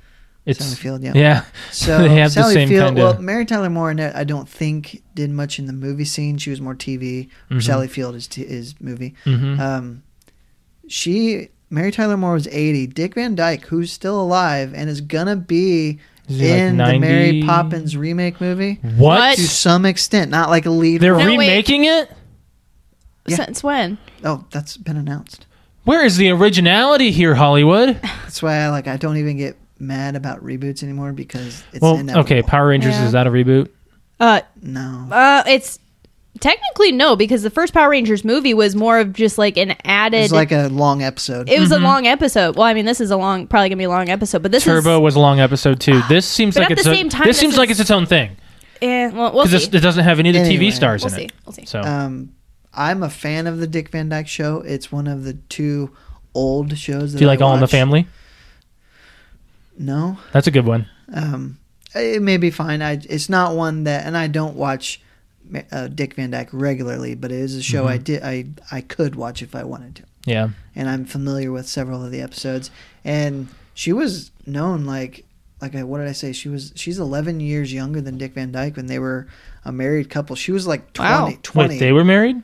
S3: It's
S2: Sally Field, yeah.
S3: yeah.
S2: So
S3: they have
S2: Sally
S3: the same
S2: Field,
S3: kind
S2: well,
S3: of.
S2: Mary Tyler Moore, ne- I don't think did much in the movie scene. She was more TV.
S3: Mm-hmm.
S2: Or Sally Field is t- is movie. Um, she Mary Tyler Moore was eighty. Dick Van Dyke, who's still alive and is gonna be
S3: Is he like
S2: in the Mary
S3: 90?
S2: Poppins remake movie
S3: What?
S2: to some extent, not like a lead.
S3: They're
S1: No, wait.
S3: remaking it?
S2: Yeah.
S1: Since when?
S2: oh, that's been announced.
S3: Where is the originality here, Hollywood?
S2: That's why I like I don't even get mad about reboots anymore because it's
S3: Well,
S2: inevitable.
S3: okay, Power Rangers
S1: Yeah.
S3: is that a reboot?
S1: Uh,
S2: no.
S1: Uh, it's technically no, because the first Power Rangers movie was more of just like an added.
S2: It's like mm-hmm. a long episode.
S1: it was a long episode. Well, I mean, this is a long, probably gonna be a long episode, but this
S3: Turbo was a long episode too. This seems
S1: But
S3: like
S1: at
S3: it's
S1: the
S3: a-
S1: same time,
S3: this
S1: this
S3: seems
S1: is-
S3: like it's its own thing
S1: is. Eh, well, we'll
S3: because
S1: see.
S3: it doesn't have any of the
S2: Anyway.
S3: TV stars
S1: We'll
S3: in
S1: see.
S3: it.
S1: We'll see. Uh,
S3: So
S2: Um, I'm a fan of the Dick Van Dyke Show. It's one of the two old shows. That
S3: do you like
S2: I
S3: All in the
S2: watch.
S3: Family?
S2: No,
S3: That's a good one.
S2: um, it may be fine. I it's not one that, and I don't watch uh, Dick Van Dyke regularly, but it is a
S3: Mm-hmm.
S2: show I did I I could watch if I wanted to,
S3: Yeah,
S2: and I'm familiar with several of the episodes. And she was known like like I, what did I say? She was she's 11 years younger than Dick Van Dyke when they were a married couple. She was like 20.
S1: Wow.
S2: 20.
S3: wait,
S2: they,
S3: they
S2: were-
S3: were married?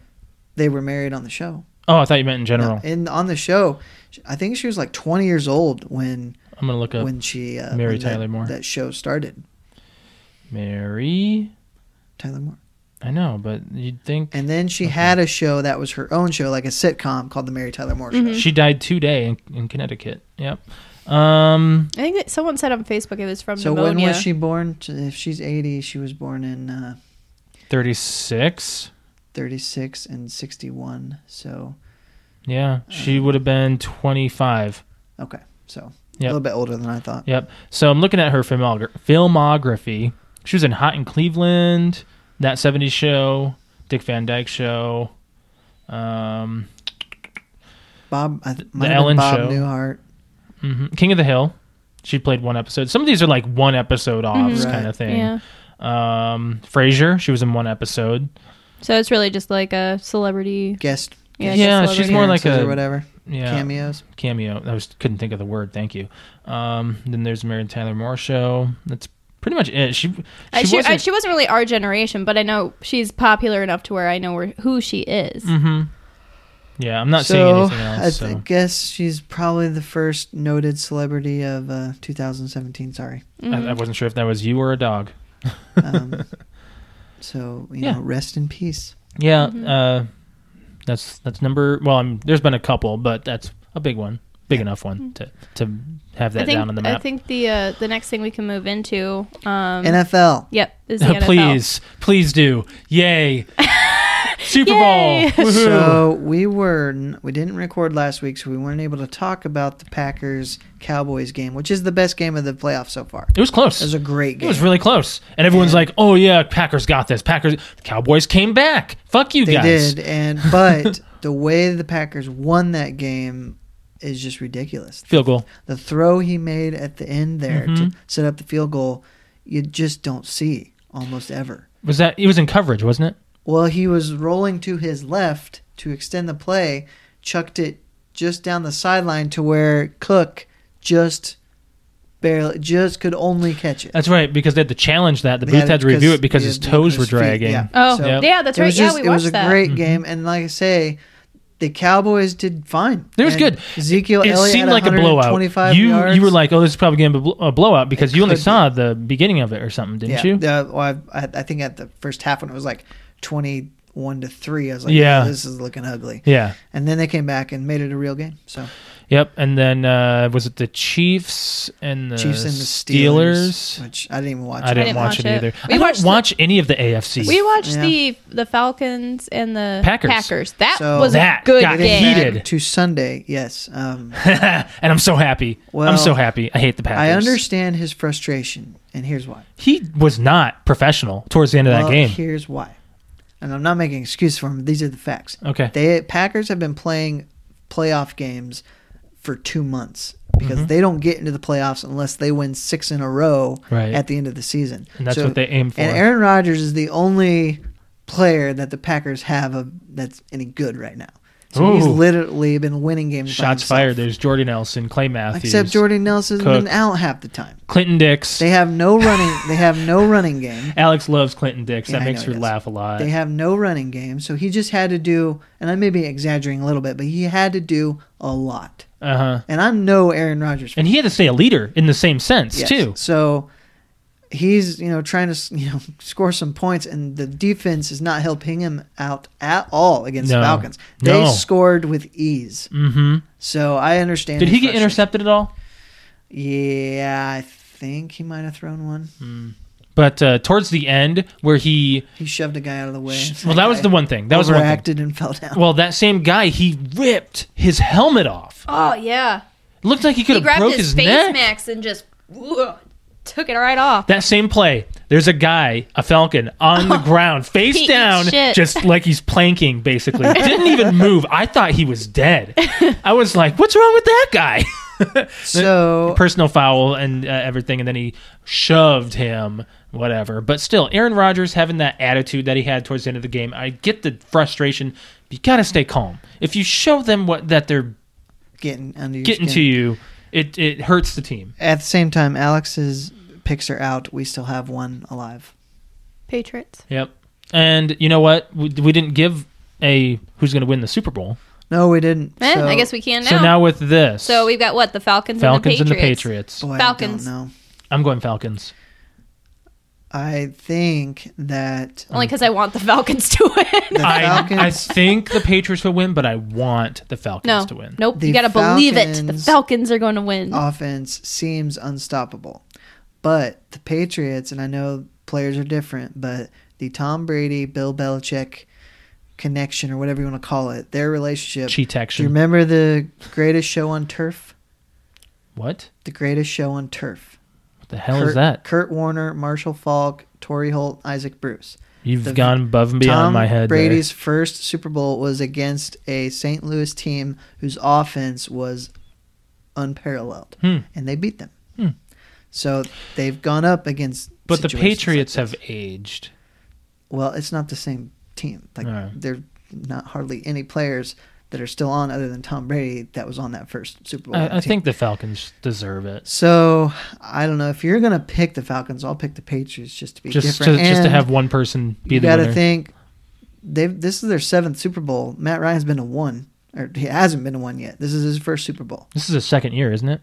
S2: married on the show.
S3: Oh, I thought you meant in general.
S2: No, and on the show, sh- I think she was like 20 years old when
S3: I'm gonna look up
S2: when she uh,
S3: Mary
S2: when that-
S3: Tyler Moore.
S2: that show started.
S3: Mary.
S2: Tyler Moore.
S3: I know, but you'd think
S2: And then she had a show that was her own show, like a sitcom called The Mary Tyler Moore
S1: Mm-hmm.
S2: Show.
S3: she died today in, in Connecticut. Yep. Um,
S1: I think that someone said on Facebook it was from
S2: So
S1: pneumonia.
S2: when was she born? If she's 80, she was born in uh,
S3: thirty six.
S2: 36 and 61. So,
S3: Yeah,
S1: Uh.
S3: she would have been twenty five.
S2: okay. So, a
S3: Yep.
S2: little bit older than I thought.
S3: Yep. So I'm looking at her filmogra- filmography. She was in Hot in Cleveland, That 70s Show, Dick Van Dyke Show, um,
S2: Bob, I th- might have been
S3: Ellen
S2: Bob
S3: Show.
S2: Newhart.
S3: mhm, King of the Hill. She played one episode. Some of these are like one episode off
S2: Mhm.
S3: kind
S2: Right.
S3: of thing.
S1: Mm-hmm. Yeah.
S3: Um, Frasier. She was in one episode.
S1: So it's really just like a celebrity.
S2: Guest
S1: Yeah,
S3: Yeah,
S1: just
S3: she's
S1: celebrity.
S3: more like
S2: appearances
S3: a-
S2: or whatever.
S3: Yeah,
S2: Cameos.
S3: cameo. I was couldn't think of the word. Thank you. Um, then there's Mary Tyler Moore Show. That's pretty much it. She she,
S1: I- She, I-
S3: wasn't-
S1: she wasn't really our generation, but I know she's popular enough to where I know where, who she is.
S3: Mhm. Yeah, I'm not seeing
S2: so,
S3: anything else.
S2: I
S3: Uh, so.
S2: th- guess she's probably the first noted celebrity of uh, 2017. Sorry.
S1: Mhm.
S3: I, I wasn't sure if that was you or a dog.
S2: Um, so, you
S3: Yeah.
S2: know, rest in peace.
S3: Yeah,
S2: Mm-hmm.
S3: uh, that's that's number. Well, I'm, there's been a couple, but that's a big one, big enough
S2: Mm-hmm.
S3: one to to have that
S1: I think,
S3: down on the
S1: I
S3: map.
S1: think the uh, the next thing we can move into. Um,
S2: NFL.
S1: yep, is the NFL.
S3: please, please do. Yay! Super
S1: Yay!
S3: Bowl. Woohoo.
S2: So we were n- we didn't record last week, so we weren't able to talk about the Packers Cowboys game, which is the best game of the playoffs so far.
S3: it was close.
S2: It was a great
S3: It
S2: game.
S3: was really close, and everyone's like, "Oh yeah, Packers got this. Packers, Cowboys came back. Fuck you
S2: they
S3: guys."
S2: did, and but the way the Packers won that game is just ridiculous.
S3: Field goal.
S2: The throw he made at the end there
S3: Mhm.
S2: to set up the field goal, you just don't see almost ever.
S3: Was that? It was in coverage, wasn't it?
S2: Well, he was rolling to his left to extend the play, chucked it just down the sideline to where Cook just barely just could only catch it.
S3: That's right, because they had to challenge that. The
S2: They
S3: booth
S2: had
S3: had,
S2: it
S3: to review it
S2: because-
S3: because his
S2: yeah,
S3: toes
S2: his
S3: were
S2: feet,
S3: dragging. Mm-hmm.
S2: yeah.
S1: Oh,
S2: So-
S1: yeah, that's
S2: it
S1: right.
S2: was
S1: Yeah,
S2: just-
S1: we watched
S2: it was a
S1: that.
S2: great game, and like I say, the Cowboys did fine.
S3: It was
S2: And
S3: good.
S2: Ezekiel
S3: it
S2: Elliott
S3: seemed
S2: had
S3: like a blowout.
S2: 125
S3: You
S2: yards.
S3: you were like, oh, this is probably going to be a blowout because
S2: It
S3: you only
S2: could be.
S3: saw the beginning of it or something, didn't
S2: yeah.
S3: you?
S2: Yeah, well, I, I, I think at the first half when it was like twenty-one to three, I was like,
S3: Yeah.
S2: yeah, this is looking ugly.
S3: Yeah.
S2: And then they came back and made it a real game. So
S3: Yep. And then uh, was it the Chiefs and the
S2: Chiefs and the Steelers,
S3: Steelers?
S2: which I didn't even watch.
S3: I didn't, watch, it either.
S1: We
S3: I
S1: watched
S3: don't
S1: the-
S3: watch any of the AFC.
S1: We watched
S2: Yeah.
S1: the the Falcons and the
S3: Packers.
S1: That
S2: So-
S1: was
S3: That
S1: a good
S3: got
S1: game.
S2: Back
S3: Heated.
S2: to Sunday. Yes, um,
S3: and I'm so happy. I'm
S2: Well,
S3: so happy. I hate the Packers.
S2: I understand his frustration, and here's why.
S3: He was not professional towards the end of
S2: Well,
S3: that game.
S2: Here's why, and I'm not making excuses for him. These are the facts.
S3: okay.
S2: They Packers have been playing playoff games for two months because
S3: Mm-hmm.
S2: they don't get into the playoffs unless they win six in a row
S3: Right.
S2: at the end of the season.
S3: And that's what they aim for.
S2: And Aaron Rodgers is the only player that the Packers have of that's any good right now. So he's
S3: Ooh.
S2: literally been winning games. by
S3: Shots
S2: himself.
S3: fired. There's Jordy Nelson, Clay Matthews,
S2: Except Jordy Nelson's been
S3: Cook.
S2: out half the time.
S3: Clinton Dix.
S2: They have no running. they have no running game.
S3: Alex loves Clinton Dix.
S2: Yeah,
S3: that
S2: I
S3: makes
S2: know
S3: her
S2: he does.
S3: laugh a lot.
S2: They have no running game, so he just had to do. And I may be exaggerating a little bit, but he had to do a lot.
S3: uh huh.
S2: And I know Aaron Rodgers.
S3: And he had to stay a leader in the same sense
S2: Yes.
S3: too.
S2: So he's you know trying to you know score some points, and the defense is not helping him out at all against
S3: No.
S2: the Falcons. They
S3: No.
S2: scored with ease.
S3: Mm-hmm.
S2: So I understand.
S3: Did
S2: his
S3: he get
S2: frustration.
S3: intercepted at all?
S2: Yeah, I think he might have thrown one.
S3: But uh, towards the end, where he
S2: He shoved a guy out of the way.
S3: well, that was the one thing. That was the one thing.
S2: overacted and fell down.
S3: Well, that same guy, he ripped his helmet off.
S1: Oh yeah,
S3: Looked like he could
S1: he
S3: have
S1: grabbed
S3: broke
S1: his,
S3: his,
S1: face
S3: neck.
S1: max and just woo, took it right off.
S3: That same play, there's a guy, a falcon, on the ground,
S1: he
S3: face
S1: eats
S3: down,
S1: shit.
S3: just like he's planking. Basically, didn't even move. I thought he was dead. I was like, "What's wrong with that guy?"
S2: so
S3: personal foul and uh, everything, and then he shoved him, whatever. But still, Aaron Rodgers having that attitude that he had towards the end of the game, I get the frustration. But you gotta stay calm. If you show them what that they're
S2: getting under your
S3: getting
S2: skin.
S3: to you, it it hurts the team.
S2: At the same time, Alex's picks are out. We still have one alive.
S1: Patriots.
S3: Yep. And you know what? We, we didn't give a who's going to win the Super Bowl.
S2: No, we didn't.
S1: Eh,
S2: so,
S1: I guess we can now.
S3: So now with this,
S1: So we've got what the Falcons,
S3: Falcons
S1: and the Patriots.
S3: Patriots.
S2: boy,
S1: Falcons.
S2: I don't know.
S3: I'm going Falcons.
S2: I think that
S1: Only because I want the Falcons to win.
S2: the
S3: I,
S2: Falcons.
S3: I think the Patriots will win, but I want the Falcons
S1: no,
S3: to win.
S1: nope.
S2: The
S1: you gotta believe it. The
S2: Falcons-
S1: Falcons are going to win.
S2: offense seems unstoppable. But the Patriots, and I know players are different, but the Tom Brady Bill Belichick connection or whatever you want to call it, their relationship.
S3: Cheat
S2: Do you
S3: action.
S2: remember the greatest show on turf?
S3: What?
S2: The greatest show on turf.
S3: What the hell
S2: Kurt,
S3: is that?
S2: Kurt Warner, Marshall Falk, Torrey Holt, Isaac Bruce.
S3: You've
S2: the-
S3: gone above and beyond
S2: Tom
S3: my head. there.
S2: Brady's first Super Bowl was against a St. Louis team whose offense was unparalleled,
S3: Hmm.
S2: and they beat them.
S3: Hmm.
S2: So they've gone up against.
S3: But the
S2: situations like
S3: Patriots
S2: this.
S3: have aged.
S2: Well, it's not the same team. Like
S3: No.
S2: there not hardly any players that are still on other than Tom Brady that was on that first Super Bowl.
S3: I, I
S2: team.
S3: think the Falcons deserve it.
S2: So I don't know if you're gonna pick the Falcons. I'll pick the Patriots just to be
S3: Just to,
S2: different.
S3: just to
S2: And
S3: have one person be
S2: you
S3: the
S2: gotta
S3: winner.
S2: think they this is their seventh Super Bowl. Matt Ryan's been to one, or he hasn't been to one yet. This is his first Super Bowl.
S3: This is the second year, isn't it?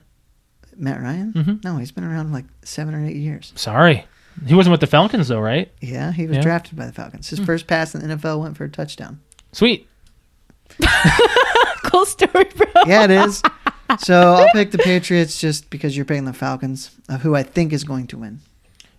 S2: Matt Ryan?
S3: Mhm.
S2: No, he's been around like seven or eight years.
S3: Sorry, he wasn't with the Falcons though, right?
S2: Yeah, he was
S3: Yeah. Mm.
S2: drafted by the Falcons. His first pass in the NFL went for a touchdown.
S3: Sweet.
S1: cool story, bro.
S2: Yeah, it is. so I'll pick the Patriots just because you're picking the Falcons, of who I think is going to win.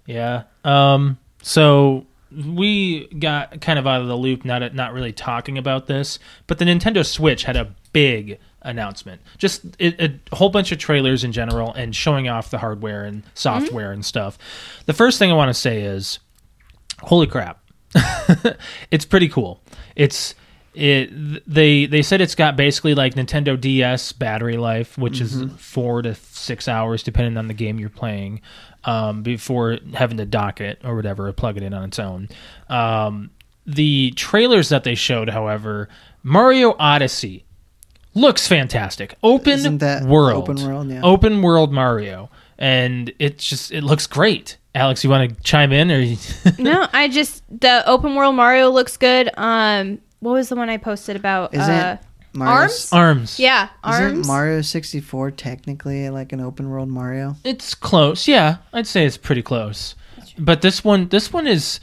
S3: Yeah. Um. So we got kind of out of the loop, not not really talking about this, but the Nintendo Switch had a big announcement, just a, a whole bunch of trailers in general, and showing off the hardware and
S2: Mm-hmm.
S3: software and stuff. The first thing I want to say is, holy crap! it's pretty cool. It's it they they said it's got basically like Nintendo DS battery life, which
S2: Mm-hmm.
S3: is four to six hours depending on the game you're playing, um, before having to dock it or whatever or plug it in on its own. Um, the trailers that they showed, however, Mario Odyssey looks fantastic. Open
S2: Isn't that
S3: world,
S2: open world, yeah.
S3: open world Mario, and it's just it looks great. Alex, you want to chime in or? you-
S1: no, I just the open world Mario looks good. Um, what was the one I posted about?
S2: Isn't
S1: uh,
S2: Mario's-
S3: Arms.
S1: yeah,
S2: Isn't
S1: arms.
S2: Mario 64 technically like an open world Mario?
S3: It's close. Yeah, I'd say it's pretty close. But this one, this one is,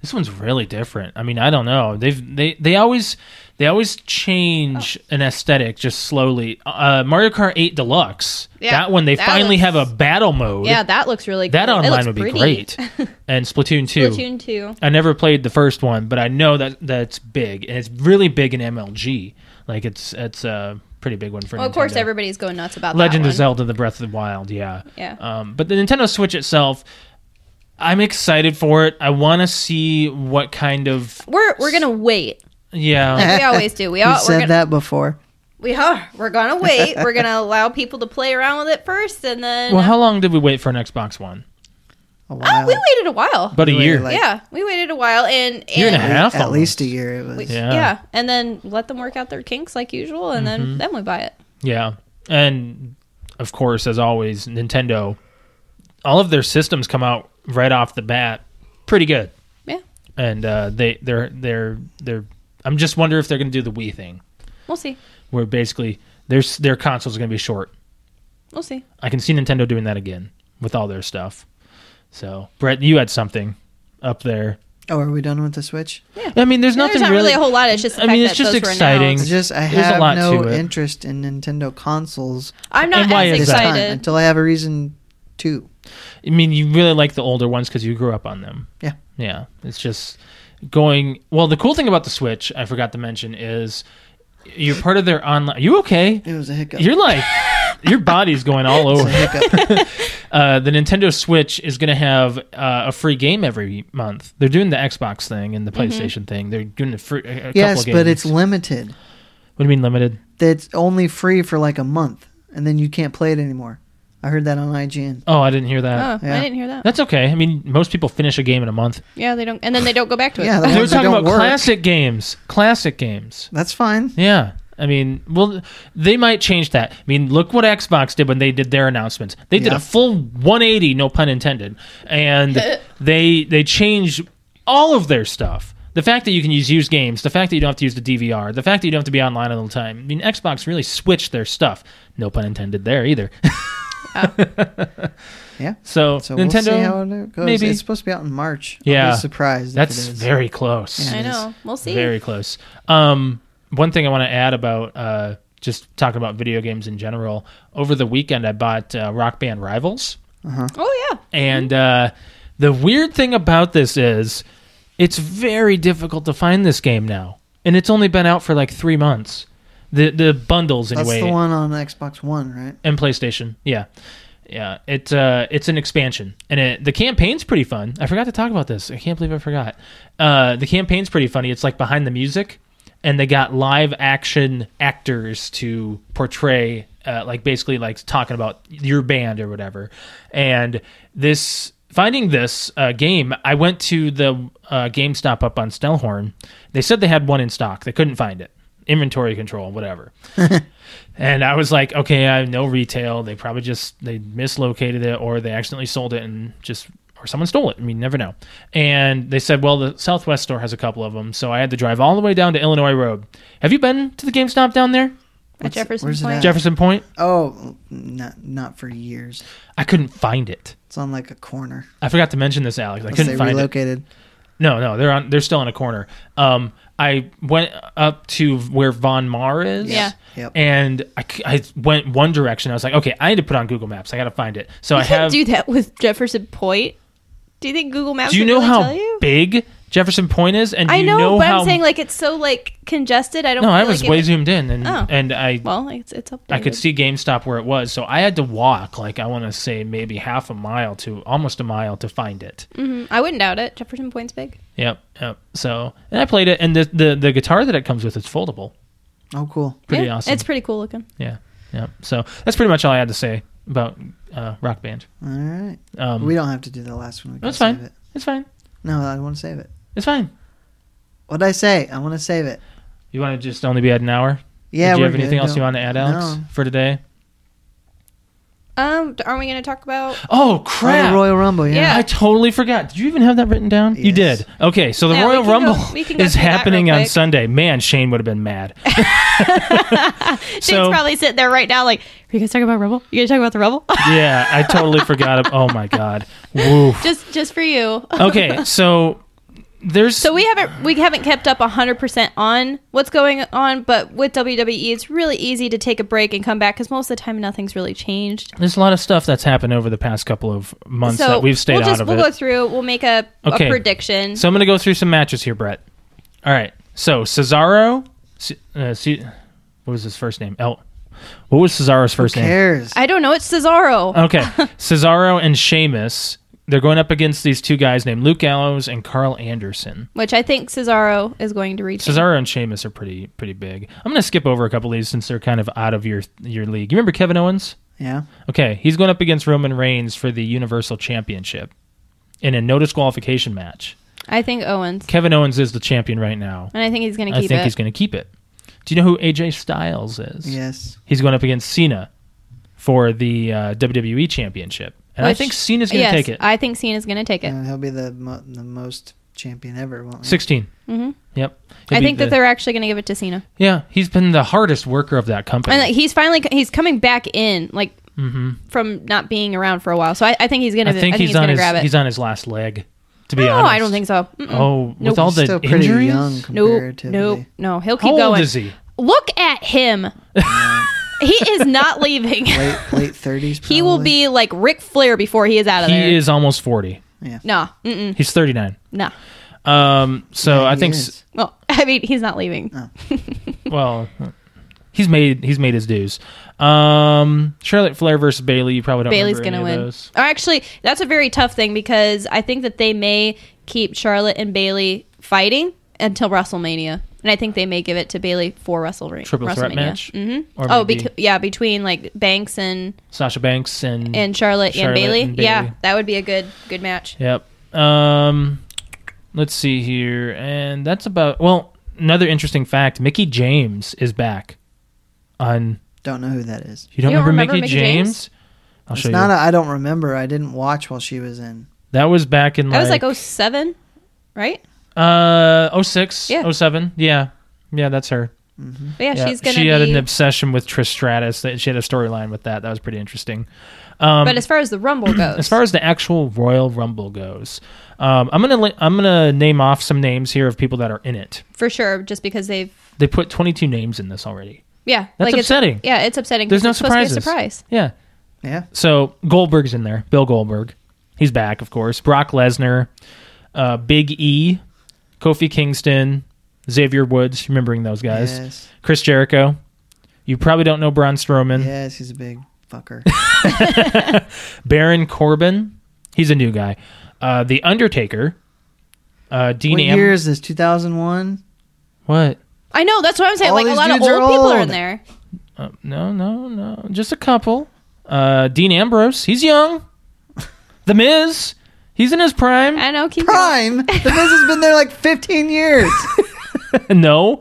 S3: this one's really different. I mean, I don't know. They've they they always they always change
S1: Oh.
S3: an aesthetic just slowly. Uh, Mario Kart 8 Deluxe.
S1: Yeah,
S3: that one they
S1: that
S3: finally
S1: looks-
S3: have a battle mode.
S1: yeah, that looks really.
S3: that
S1: cool. It
S3: online
S1: looks
S3: would be
S1: pretty.
S3: great. and Splatoon 2.
S1: Splatoon two.
S3: I never played the first one, but I know that that's big and it's really big in MLG. Like it's it's a pretty big one for.
S1: Well, of course,
S3: Nintendo.
S1: everybody's going nuts about
S3: Legend
S1: that
S3: of Zelda: The Breath of the Wild. Yeah.
S1: Yeah.
S3: Um, but the Nintendo Switch itself, I'm excited for it. I want to see what kind of
S1: We're we're gonna wait.
S3: yeah.
S1: Like we always do. We
S2: You
S1: all we're
S2: said
S1: gonna,
S2: that before.
S1: we are we're gonna wait. we're gonna allow people to play around with it first, and then
S3: Well, how long did we wait for an Xbox One?
S2: A
S1: Ah,
S2: while.
S1: we waited a while.
S3: About a
S2: We waited
S3: year.
S2: like-
S1: yeah, we waited a while, and, and
S3: Year and a
S2: At-
S3: half
S2: At
S3: almost.
S2: least a year it was.
S1: we-
S3: Yeah.
S1: yeah. and then let them work out their kinks like usual, and
S3: Mm-hmm.
S1: then then we buy it.
S3: yeah. And of course, as always, Nintendo, all of their systems come out right off the bat, pretty good.
S1: Yeah,
S3: And uh, they they're they're they're. I'm just wonder if they're going to do the Wii thing,
S1: we'll see.
S3: where basically their s- their consoles are going to be short.
S1: We'll see.
S3: I can see Nintendo doing that again with all their stuff. So, Brett, you had something up there.
S2: Oh, are we done with the Switch?
S3: I mean, there's
S1: Yeah,
S3: nothing
S1: not
S3: really.
S1: a whole lot. It's just the
S3: I
S1: fact
S3: mean, it's
S1: that
S3: just
S1: those were
S3: exciting.
S1: announced.
S2: It's just I
S3: There's a
S2: have
S3: lot
S2: no
S3: to it.
S2: interest in Nintendo consoles
S1: I'm
S3: And
S1: not
S3: why
S1: as
S3: is
S2: this
S3: that?
S2: time
S1: excited.
S2: until I have a reason to.
S3: I mean, you really like the older ones because you grew up on them.
S2: Yeah.
S3: Yeah. It's just going. Well, the cool thing about the Switch, I forgot to mention, is you're part of their online. You okay?
S2: It was a hiccup.
S3: You're like. Your body's going all
S2: It's a
S3: over.
S2: hiccup.
S3: Uh, the Nintendo Switch is going to have uh, a free game every month. They're doing the Xbox thing and the PlayStation thing. They're doing a, free, a- a couple
S2: yes,
S3: games.
S2: but it's limited.
S3: what do you mean limited?
S2: That's only free for like a month, and then you can't play it anymore. I heard that on IGN.
S3: Oh, I didn't hear that.
S1: Oh,
S2: Yeah.
S1: I didn't hear that.
S3: That's okay. I mean, most people finish a game in a month.
S1: Yeah, they don't, and then they don't go back to it.
S2: Yeah, the
S3: We're
S2: ones that
S3: talking
S2: don't
S3: about
S2: work.
S3: classic games. Classic games.
S2: That's fine.
S3: Yeah. I mean, well, they might change that. I mean, look what Xbox did when they did their announcements. They did
S2: Yeah.
S3: a full 180, no pun intended, and they they changed all of their stuff. The fact that you can use used games, the fact that you don't have to use the DVR, the fact that you don't have to be online all the time. I mean, Xbox really switched their stuff. No pun intended there either.
S2: Yeah.
S3: So,
S2: So we'll see how
S3: Nintendo,
S2: it goes.
S3: maybe.
S2: It's supposed to be out in March. I'll
S3: Yeah.
S2: be surprised.
S3: that's
S2: if it is.
S3: very close.
S1: I know. We'll see.
S3: Very close. Um, one thing I want to add about uh, just talking about video games in general. Over the weekend, I bought uh, Rock Band Rivals,
S1: Oh yeah.
S2: Mm-hmm.
S3: and uh, the weird thing about this is It's very difficult to find this game now, and it's only been out for like three months. The the bundles
S2: That's
S3: anyway
S2: the one on Xbox One, right?
S3: and PlayStation. Yeah, yeah. It's uh, it's an expansion, and it, the campaign's pretty fun. I forgot to talk about this. I can't believe I forgot. Uh, the campaign's pretty funny. It's like behind the music, and they got live action actors to portray, uh, like basically like talking about your band or whatever. And this finding this uh, game, I went to the uh, GameStop up on Stellhorn. They said they had one in stock. They couldn't find it. Inventory control, whatever. And I was like, okay, I have no retail. They probably just they mislocated it or they accidentally sold it and just or someone stole it. I mean, you never know. And they said, well, the Southwest store has a couple of them, so I had to drive all the way down to Illinois Road. Have you been to the GameStop down there,
S1: At
S2: What's-
S1: Jefferson
S2: where's it
S1: Point.
S2: at?
S3: Jefferson Point?
S2: Oh, not not for years.
S3: I couldn't find it.
S2: It's on like a corner.
S3: I forgot to mention this, Alex. I
S2: Unless they
S3: couldn't find it.
S2: relocated.
S3: No, no, they're on. They're still in a corner. Um, I went up to where Von Mar is.
S1: Yeah.
S2: Yep.
S3: And I, c- I went one direction. I was like, okay, I need to put on Google Maps. I got to find it. So I
S1: You
S3: have.
S1: can't do that with Jefferson Point. Do you think Google Maps?
S3: do you
S1: would
S3: know
S1: really
S3: how
S1: tell you?
S3: big Jefferson Point is? And do
S1: I
S3: you
S1: know, but
S3: how,
S1: I'm saying like it's so like congested. I don't.
S3: no,
S1: feel
S3: I was
S1: like
S3: way
S1: it-
S3: zoomed in, and
S1: Oh.
S3: and I
S1: Well, it's it's up.
S3: I could see GameStop where it was, so I had to walk like I want to say maybe half a mile to almost a mile to find it.
S1: hmm I wouldn't doubt it. Jefferson Point's big.
S3: Yep, yep. So and I played it, and the the, the guitar that it comes with is foldable.
S2: Oh, cool.
S3: Pretty
S1: Yeah,
S3: awesome.
S1: It's pretty cool looking.
S3: Yeah, yeah. So that's pretty much all I had to say about uh, Rock Band.
S2: All right.
S3: Um,
S2: we don't have to do the last one. We can
S3: That's fine.
S2: save it.
S3: It's fine.
S2: No, I want to save it.
S3: It's fine.
S2: What did I say? I want to save it.
S3: You want to just only be at an hour?
S2: Yeah.
S3: Do you
S2: we're
S3: have
S2: good.
S3: anything else you
S2: Don't-
S3: want to add, Alex,
S2: No.
S3: for today?
S1: Um, aren't we going to talk about?
S3: Oh
S2: Oh,
S3: crap!
S2: the Royal Rumble. Yeah.
S1: Yeah.
S3: I totally forgot. Did you even have that written down? You
S2: Yes.
S3: did. Okay, so the
S1: Yeah, we
S3: Royal
S1: can go-
S3: Rumble
S1: we can go
S3: is
S1: through that real
S3: happening on
S1: quick.
S3: Sunday. Man, Shane would have been mad.
S1: Shane's probably sitting there right now, like, are you guys talking about rubble? You guys talking about the rubble?
S3: yeah, I totally forgot. ab- Oh my god. Woof.
S1: just just for you.
S3: Okay, so there's
S1: So we haven't we haven't kept up hundred percent on what's going on, but with WWE, it's really easy to take a break and come back because most of the time nothing's really changed.
S3: there's a lot of stuff that's happened over the past couple of months
S1: so
S3: that we've stayed
S1: we'll
S3: out
S1: just,
S3: of
S1: we'll
S3: it.
S1: go through. We'll make a,
S3: Okay.
S1: a prediction.
S3: So I'm going to go through some matches here, Brett. All right. So Cesaro, C- uh, C- what was his first name? El. What was Cesaro's
S2: Who
S3: first name?
S2: cares?
S1: I don't know. It's Cesaro.
S3: Okay. Cesaro and Sheamus. They're going up against these two guys named Luke Gallows and Carl Anderson.
S1: Which I think Cesaro is going to reach.
S3: Cesaro and Sheamus are pretty pretty big. I'm going to skip over a couple of these since they're kind of out of your your league. You remember Kevin Owens?
S2: yeah.
S3: Okay, he's going up against Roman Reigns for the Universal Championship in a no disqualification match.
S1: I think Owens,
S3: Kevin Owens is the champion right now.
S1: and I think he's going to
S3: I
S1: keep
S3: think
S1: it.
S3: he's going to keep it. Do you know who AJ Styles is?
S2: Yes.
S3: He's going up against Cena for the uh, WWE Championship. And I
S1: Which-
S3: think Cena's going
S1: yes,
S3: to take it.
S1: I think Cena's going to take it.
S2: And he'll be the mo- the most champion ever, won't he?
S3: 16.
S1: Mhm.
S3: Yep. He'll
S1: I
S3: be
S1: think
S3: the-
S1: that they're actually going to give it to Cena,
S3: Yeah, he's been the hardest worker of that company.
S1: and like, he's finally he's coming back in, like from not being around for a while. So I, I think he's going
S3: Mm-hmm. I
S1: to. I
S3: think he's, on
S1: going to
S3: his
S1: grab it.
S3: he's on his last leg, to be
S1: no,
S3: honest.
S1: I don't think so. Mm-mm.
S3: Oh, with
S1: Nope.
S3: all the
S2: He's still pretty
S3: injuries?
S2: young
S1: No,
S2: comparatively.
S1: no, no. He'll keep
S3: How old
S1: going.
S3: is he?
S1: Look at him. he is not leaving.
S2: Late late thirties.
S1: He will be like Ric Flair before he is out of there.
S3: He is almost 40.
S1: No, mm-mm,
S3: He's 39.
S1: no.
S3: Um, so
S2: Yeah,
S3: I
S2: he
S3: think
S2: is.
S3: s-
S1: Well, I mean, he's not leaving.
S3: well, he's made he's made his dues. Um, Charlotte Flair versus Bailey. You probably don't.
S1: Bailey's
S3: remember
S1: going
S3: any
S1: to
S3: of
S1: win.
S3: those.
S1: Or actually, that's a very tough thing because I think that they may keep Charlotte and Bailey fighting until WrestleMania, and I think they may give it to Bailey for WrestleMania.
S3: Triple threat match?
S1: hmm
S3: Or
S1: Oh,
S3: maybe-
S1: bec- yeah, between like Banks and
S3: Sasha Banks and
S1: and Charlotte,
S3: Mm. Charlotte
S1: and, Bailey.
S3: and
S1: Yeah,
S3: Bayley.
S1: that would be a good good match.
S3: Yep. Um, let's see here, and that's about. Well, another interesting fact: Mickey James is back. On
S2: Don't know who that is.
S3: you don't,
S1: You don't
S3: remember, Mickey, James?
S1: James?
S3: I'll
S2: It's
S3: show you.
S2: not. A, I don't remember. I didn't watch while she was in.
S3: that was back in
S1: That
S3: like,
S1: was like 07, right?
S3: uh 06,
S1: Yeah.
S3: 07. Yeah, yeah, that's her.
S1: But yeah, she's gonna
S3: she
S1: be.
S3: had an obsession with Trish Stratus. That she had a storyline with that. That was pretty interesting. Um,
S1: but as far as the Rumble goes,
S3: as far as the actual Royal Rumble goes, um, I'm gonna li- I'm gonna name off some names here of people that are in it.
S1: for sure, just because they've
S3: They put 22 names in this already.
S1: yeah,
S3: That's
S1: like
S3: upsetting.
S1: It's, yeah, it's upsetting.
S3: There's
S1: 'cause
S3: no
S1: it's supposed to be a
S3: surprises.
S1: surprise.
S3: Yeah.
S2: Yeah.
S3: So Goldberg's in there. Bill Goldberg, he's back, of course. Brock Lesnar, uh, Big E, Kofi Kingston, Xavier Woods, remembering those guys,
S2: Yes.
S3: Chris Jericho. You probably don't know Braun Strowman.
S2: Yes, he's a big fucker.
S3: Baron Corbin, he's a new guy. Uh, the Undertaker, uh, Dean
S2: what
S3: Am-
S2: year is this? 2001?
S3: What?
S1: I know. That's what I'm saying.
S2: All
S1: like a
S2: these
S1: lot of
S2: dudes
S1: old
S2: are
S1: people are
S2: old.
S1: in there.
S3: Uh, no, no, no. Just a couple. Uh, Dean Ambrose, he's young. The Miz, he's in his prime.
S1: I know. Keep going.
S2: Prime? The Miz has been there like 15 years.
S3: no,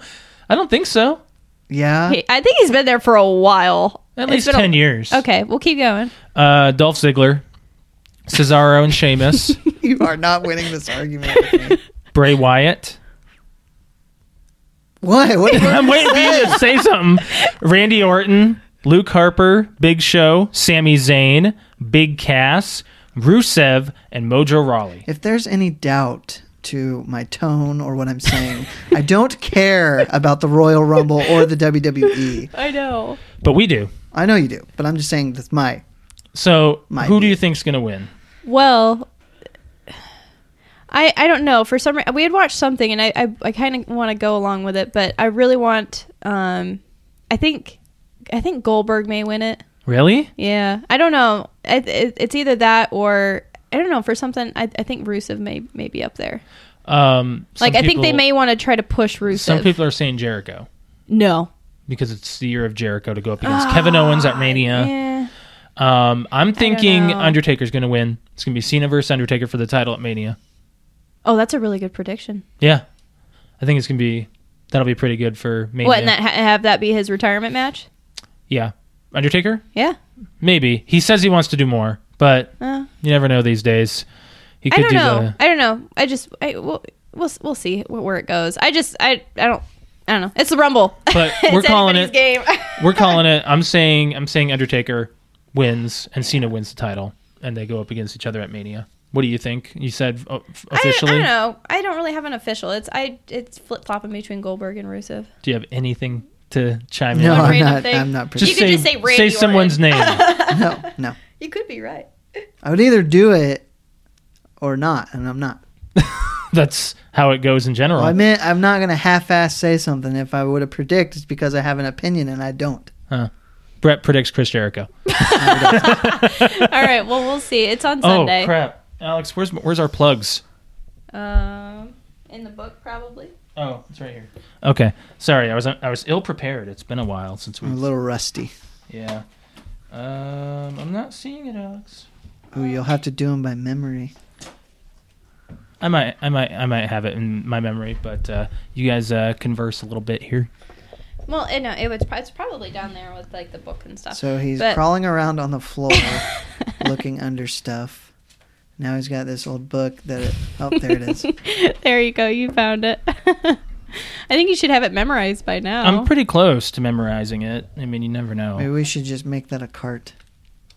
S3: I don't think so.
S2: Yeah.
S1: He- I think he's been there for a while.
S3: At
S1: It's
S3: least
S1: been a-
S3: ten years.
S1: Okay, we'll keep going.
S3: Uh, Dolph Ziggler, Cesaro and Sheamus,
S2: You are not winning this argument with me.
S3: Bray Wyatt.
S2: What? What?
S3: I'm waiting for you to say something. Randy Orton, Luke Harper, Big Show, Sami Zayn, Big Cass, Rusev, and Mojo Rawley.
S2: If there's any doubt to my tone or what I'm saying, I don't care about the Royal Rumble or the WWE.
S1: I know.
S3: But we do.
S2: I know you do, but I'm just saying that's my.
S3: So
S2: Might
S3: who do
S2: be.
S3: you think's gonna win?
S1: Well, I I don't know. For some reason, we had watched something, and I I, I kind of want to go along with it, but I really want. Um, I think I think Goldberg may win it.
S3: Really?
S1: Yeah, I don't know. I, it, it's either that or I don't know for something. I, I think Rusev may may be up there.
S3: Um, some
S1: Like I think they
S3: people-
S1: may want to try to push Rusev.
S3: Some people are saying Jericho
S1: no.
S3: because it's the year of Jericho to go up against Kevin Owens at Mania.
S1: Ah, Yeah.
S3: Um, I'm thinking
S1: know.
S3: Undertaker's gonna win. It's gonna be Cena versus Undertaker for the title at Mania.
S1: Oh, that's a really good prediction.
S3: Yeah, I think it's gonna be that'll be pretty good for Mania.
S1: What and that ha- have that be his retirement match?
S3: yeah, Undertaker.
S1: Yeah.
S3: Maybe he says he wants to do more, but
S1: Uh,
S3: you never know these days. He
S1: I
S3: could
S1: don't
S3: do
S1: know.
S3: the
S1: I don't know. I just I we'll we'll, we'll see wh- where it goes. I just I I don't I don't know. It's the Rumble.
S3: But
S1: It's
S3: we're calling
S1: anybody's
S3: it-
S1: game.
S3: we're calling it. I'm saying I'm saying Undertaker wins and Cena wins the title, and they go up against each other at Mania. What do you think? You said
S1: I don't,
S3: o- f-
S1: I
S3: officially.
S1: don't know. I don't really have an official. It's I it's flip flopping between Goldberg and Rusev.
S3: Do you have anything to chime
S2: No,
S3: in? on?
S2: I'm
S1: random
S2: not.
S1: thing.
S2: I'm not.
S1: You
S3: Just
S2: Pretty,
S1: could just
S3: say,
S1: say Randy Orton.
S3: someone's name.
S2: no, no.
S1: You could be right.
S2: I would either do it or not, and I'm not.
S3: That's how it goes in general.
S2: Well, I meant I'm not gonna half-ass say something. If I would have predict, it's because I have an opinion and I don't.
S3: Brett predicts Chris Jericho.
S1: All right. Well, we'll see. It's on
S3: Oh
S1: Sunday.
S3: crap, Alex, where's where's our plugs?
S1: Um, in the book probably.
S3: Oh, it's right here. Okay, sorry, I was I was ill prepared. It's been a while since we.
S2: I'm a little rusty.
S3: Yeah. Um, I'm not seeing it, Alex.
S2: Ooh, you'll have to do them by memory.
S3: I might, I might, I might have it in my memory, but uh, you guys uh, converse a little bit here.
S1: Well, it, no, it was pro- it's probably down there with like the book and stuff.
S2: So he's oh,
S1: But-
S2: crawling around on the floor, looking under stuff. Now he's got this old book that. oh, there it is.
S1: there you go. You found it. I think you should have it memorized by now.
S3: I'm pretty close to memorizing it. I mean, you never know.
S2: Maybe we should just make that a cart.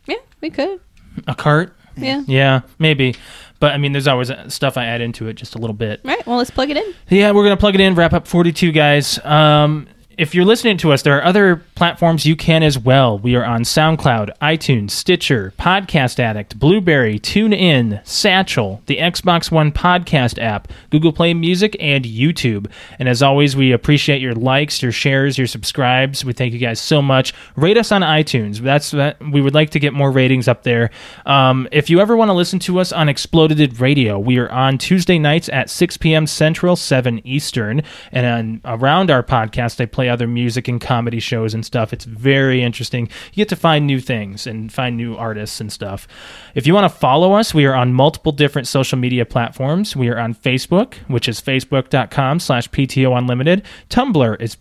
S1: yeah, we could.
S3: A cart?
S1: Yeah.
S3: Yeah, maybe. But I mean, there's always uh, stuff I add into it just a little bit.
S1: Right. Well, let's plug it in.
S3: Yeah, we're gonna plug it in. Wrap up 42, guys. Um, if you're listening to us, there are other platforms you can as well. We are on SoundCloud, iTunes, Stitcher, Podcast Addict, Blueberry, TuneIn, Satchel, the Xbox One podcast app, Google Play Music, and YouTube. And as always, we appreciate your likes, your shares, your subscribes. We thank you guys so much. Rate us on iTunes. That's that. We would like to get more ratings up there. Um, if you ever want to listen to us on Exploded Radio, we are on Tuesday nights at 6 p.m. Central, 7 Eastern. And on, around our podcast, they play other music and comedy shows and stuff. It's very interesting. You get to find new things and find new artists and stuff. If you want to follow us, we are on multiple different social media platforms. We are on Facebook, which is facebook.com slash PTO Unlimited. Tumblr is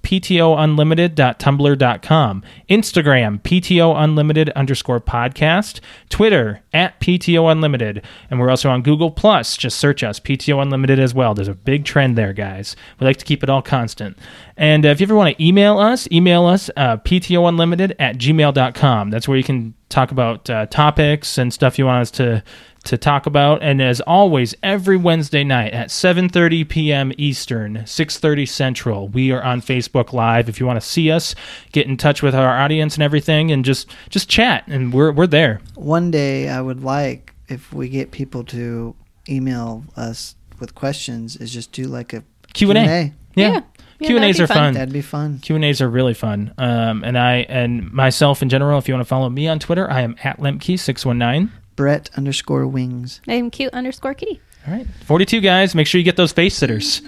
S3: PTOUnlimited.tumblr.com. Instagram, PTO Unlimited underscore podcast. Twitter, at PTO Unlimited. And we're also on Google Plus. Just search us, PTO Unlimited as well. There's a big trend there, guys. We like to keep it all constant. And uh, if you ever want to email us, email us uh, PTOUnlimited at gmail.com. That's where you can talk about uh, topics and stuff you want us to to talk about and as always every wednesday night at 7.30 p.m eastern 6.30 central we are on facebook live if you want to see us get in touch with our audience and everything and just just chat and we're, we're there
S2: One day, I would like if we get people to email us with questions, is just do like a
S3: Q and A.
S2: Q&A.
S1: Yeah.
S3: Yeah,
S1: Yeah,
S3: Q
S1: that'd
S3: and A's
S1: be
S3: are
S1: fun.
S3: fun.
S2: That'd be fun.
S3: Q and A's are really fun. Um, and I and myself in general. If you want to follow me on Twitter, I am at Lemke six one nine.
S2: Brett underscore wings.
S1: I'm cute underscore kitty.
S3: All right, forty two guys. Make sure you get those face sitters.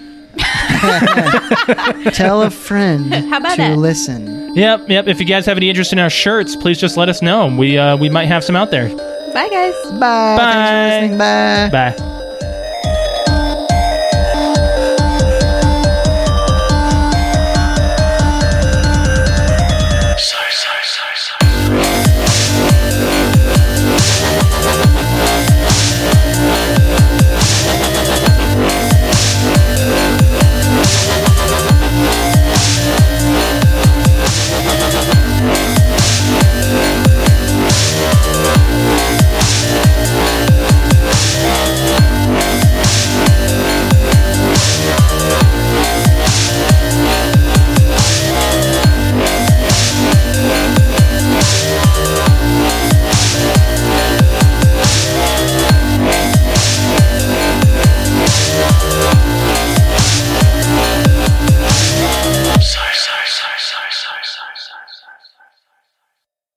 S2: Tell a friend
S1: How about
S2: to
S1: that?
S2: listen.
S3: Yep, yep. If you guys have any interest in our shirts, please just let us know. We uh, we might have some out there.
S1: Bye, guys.
S2: Bye. Thanks for listening.
S3: Bye.
S2: Bye.
S3: Bye.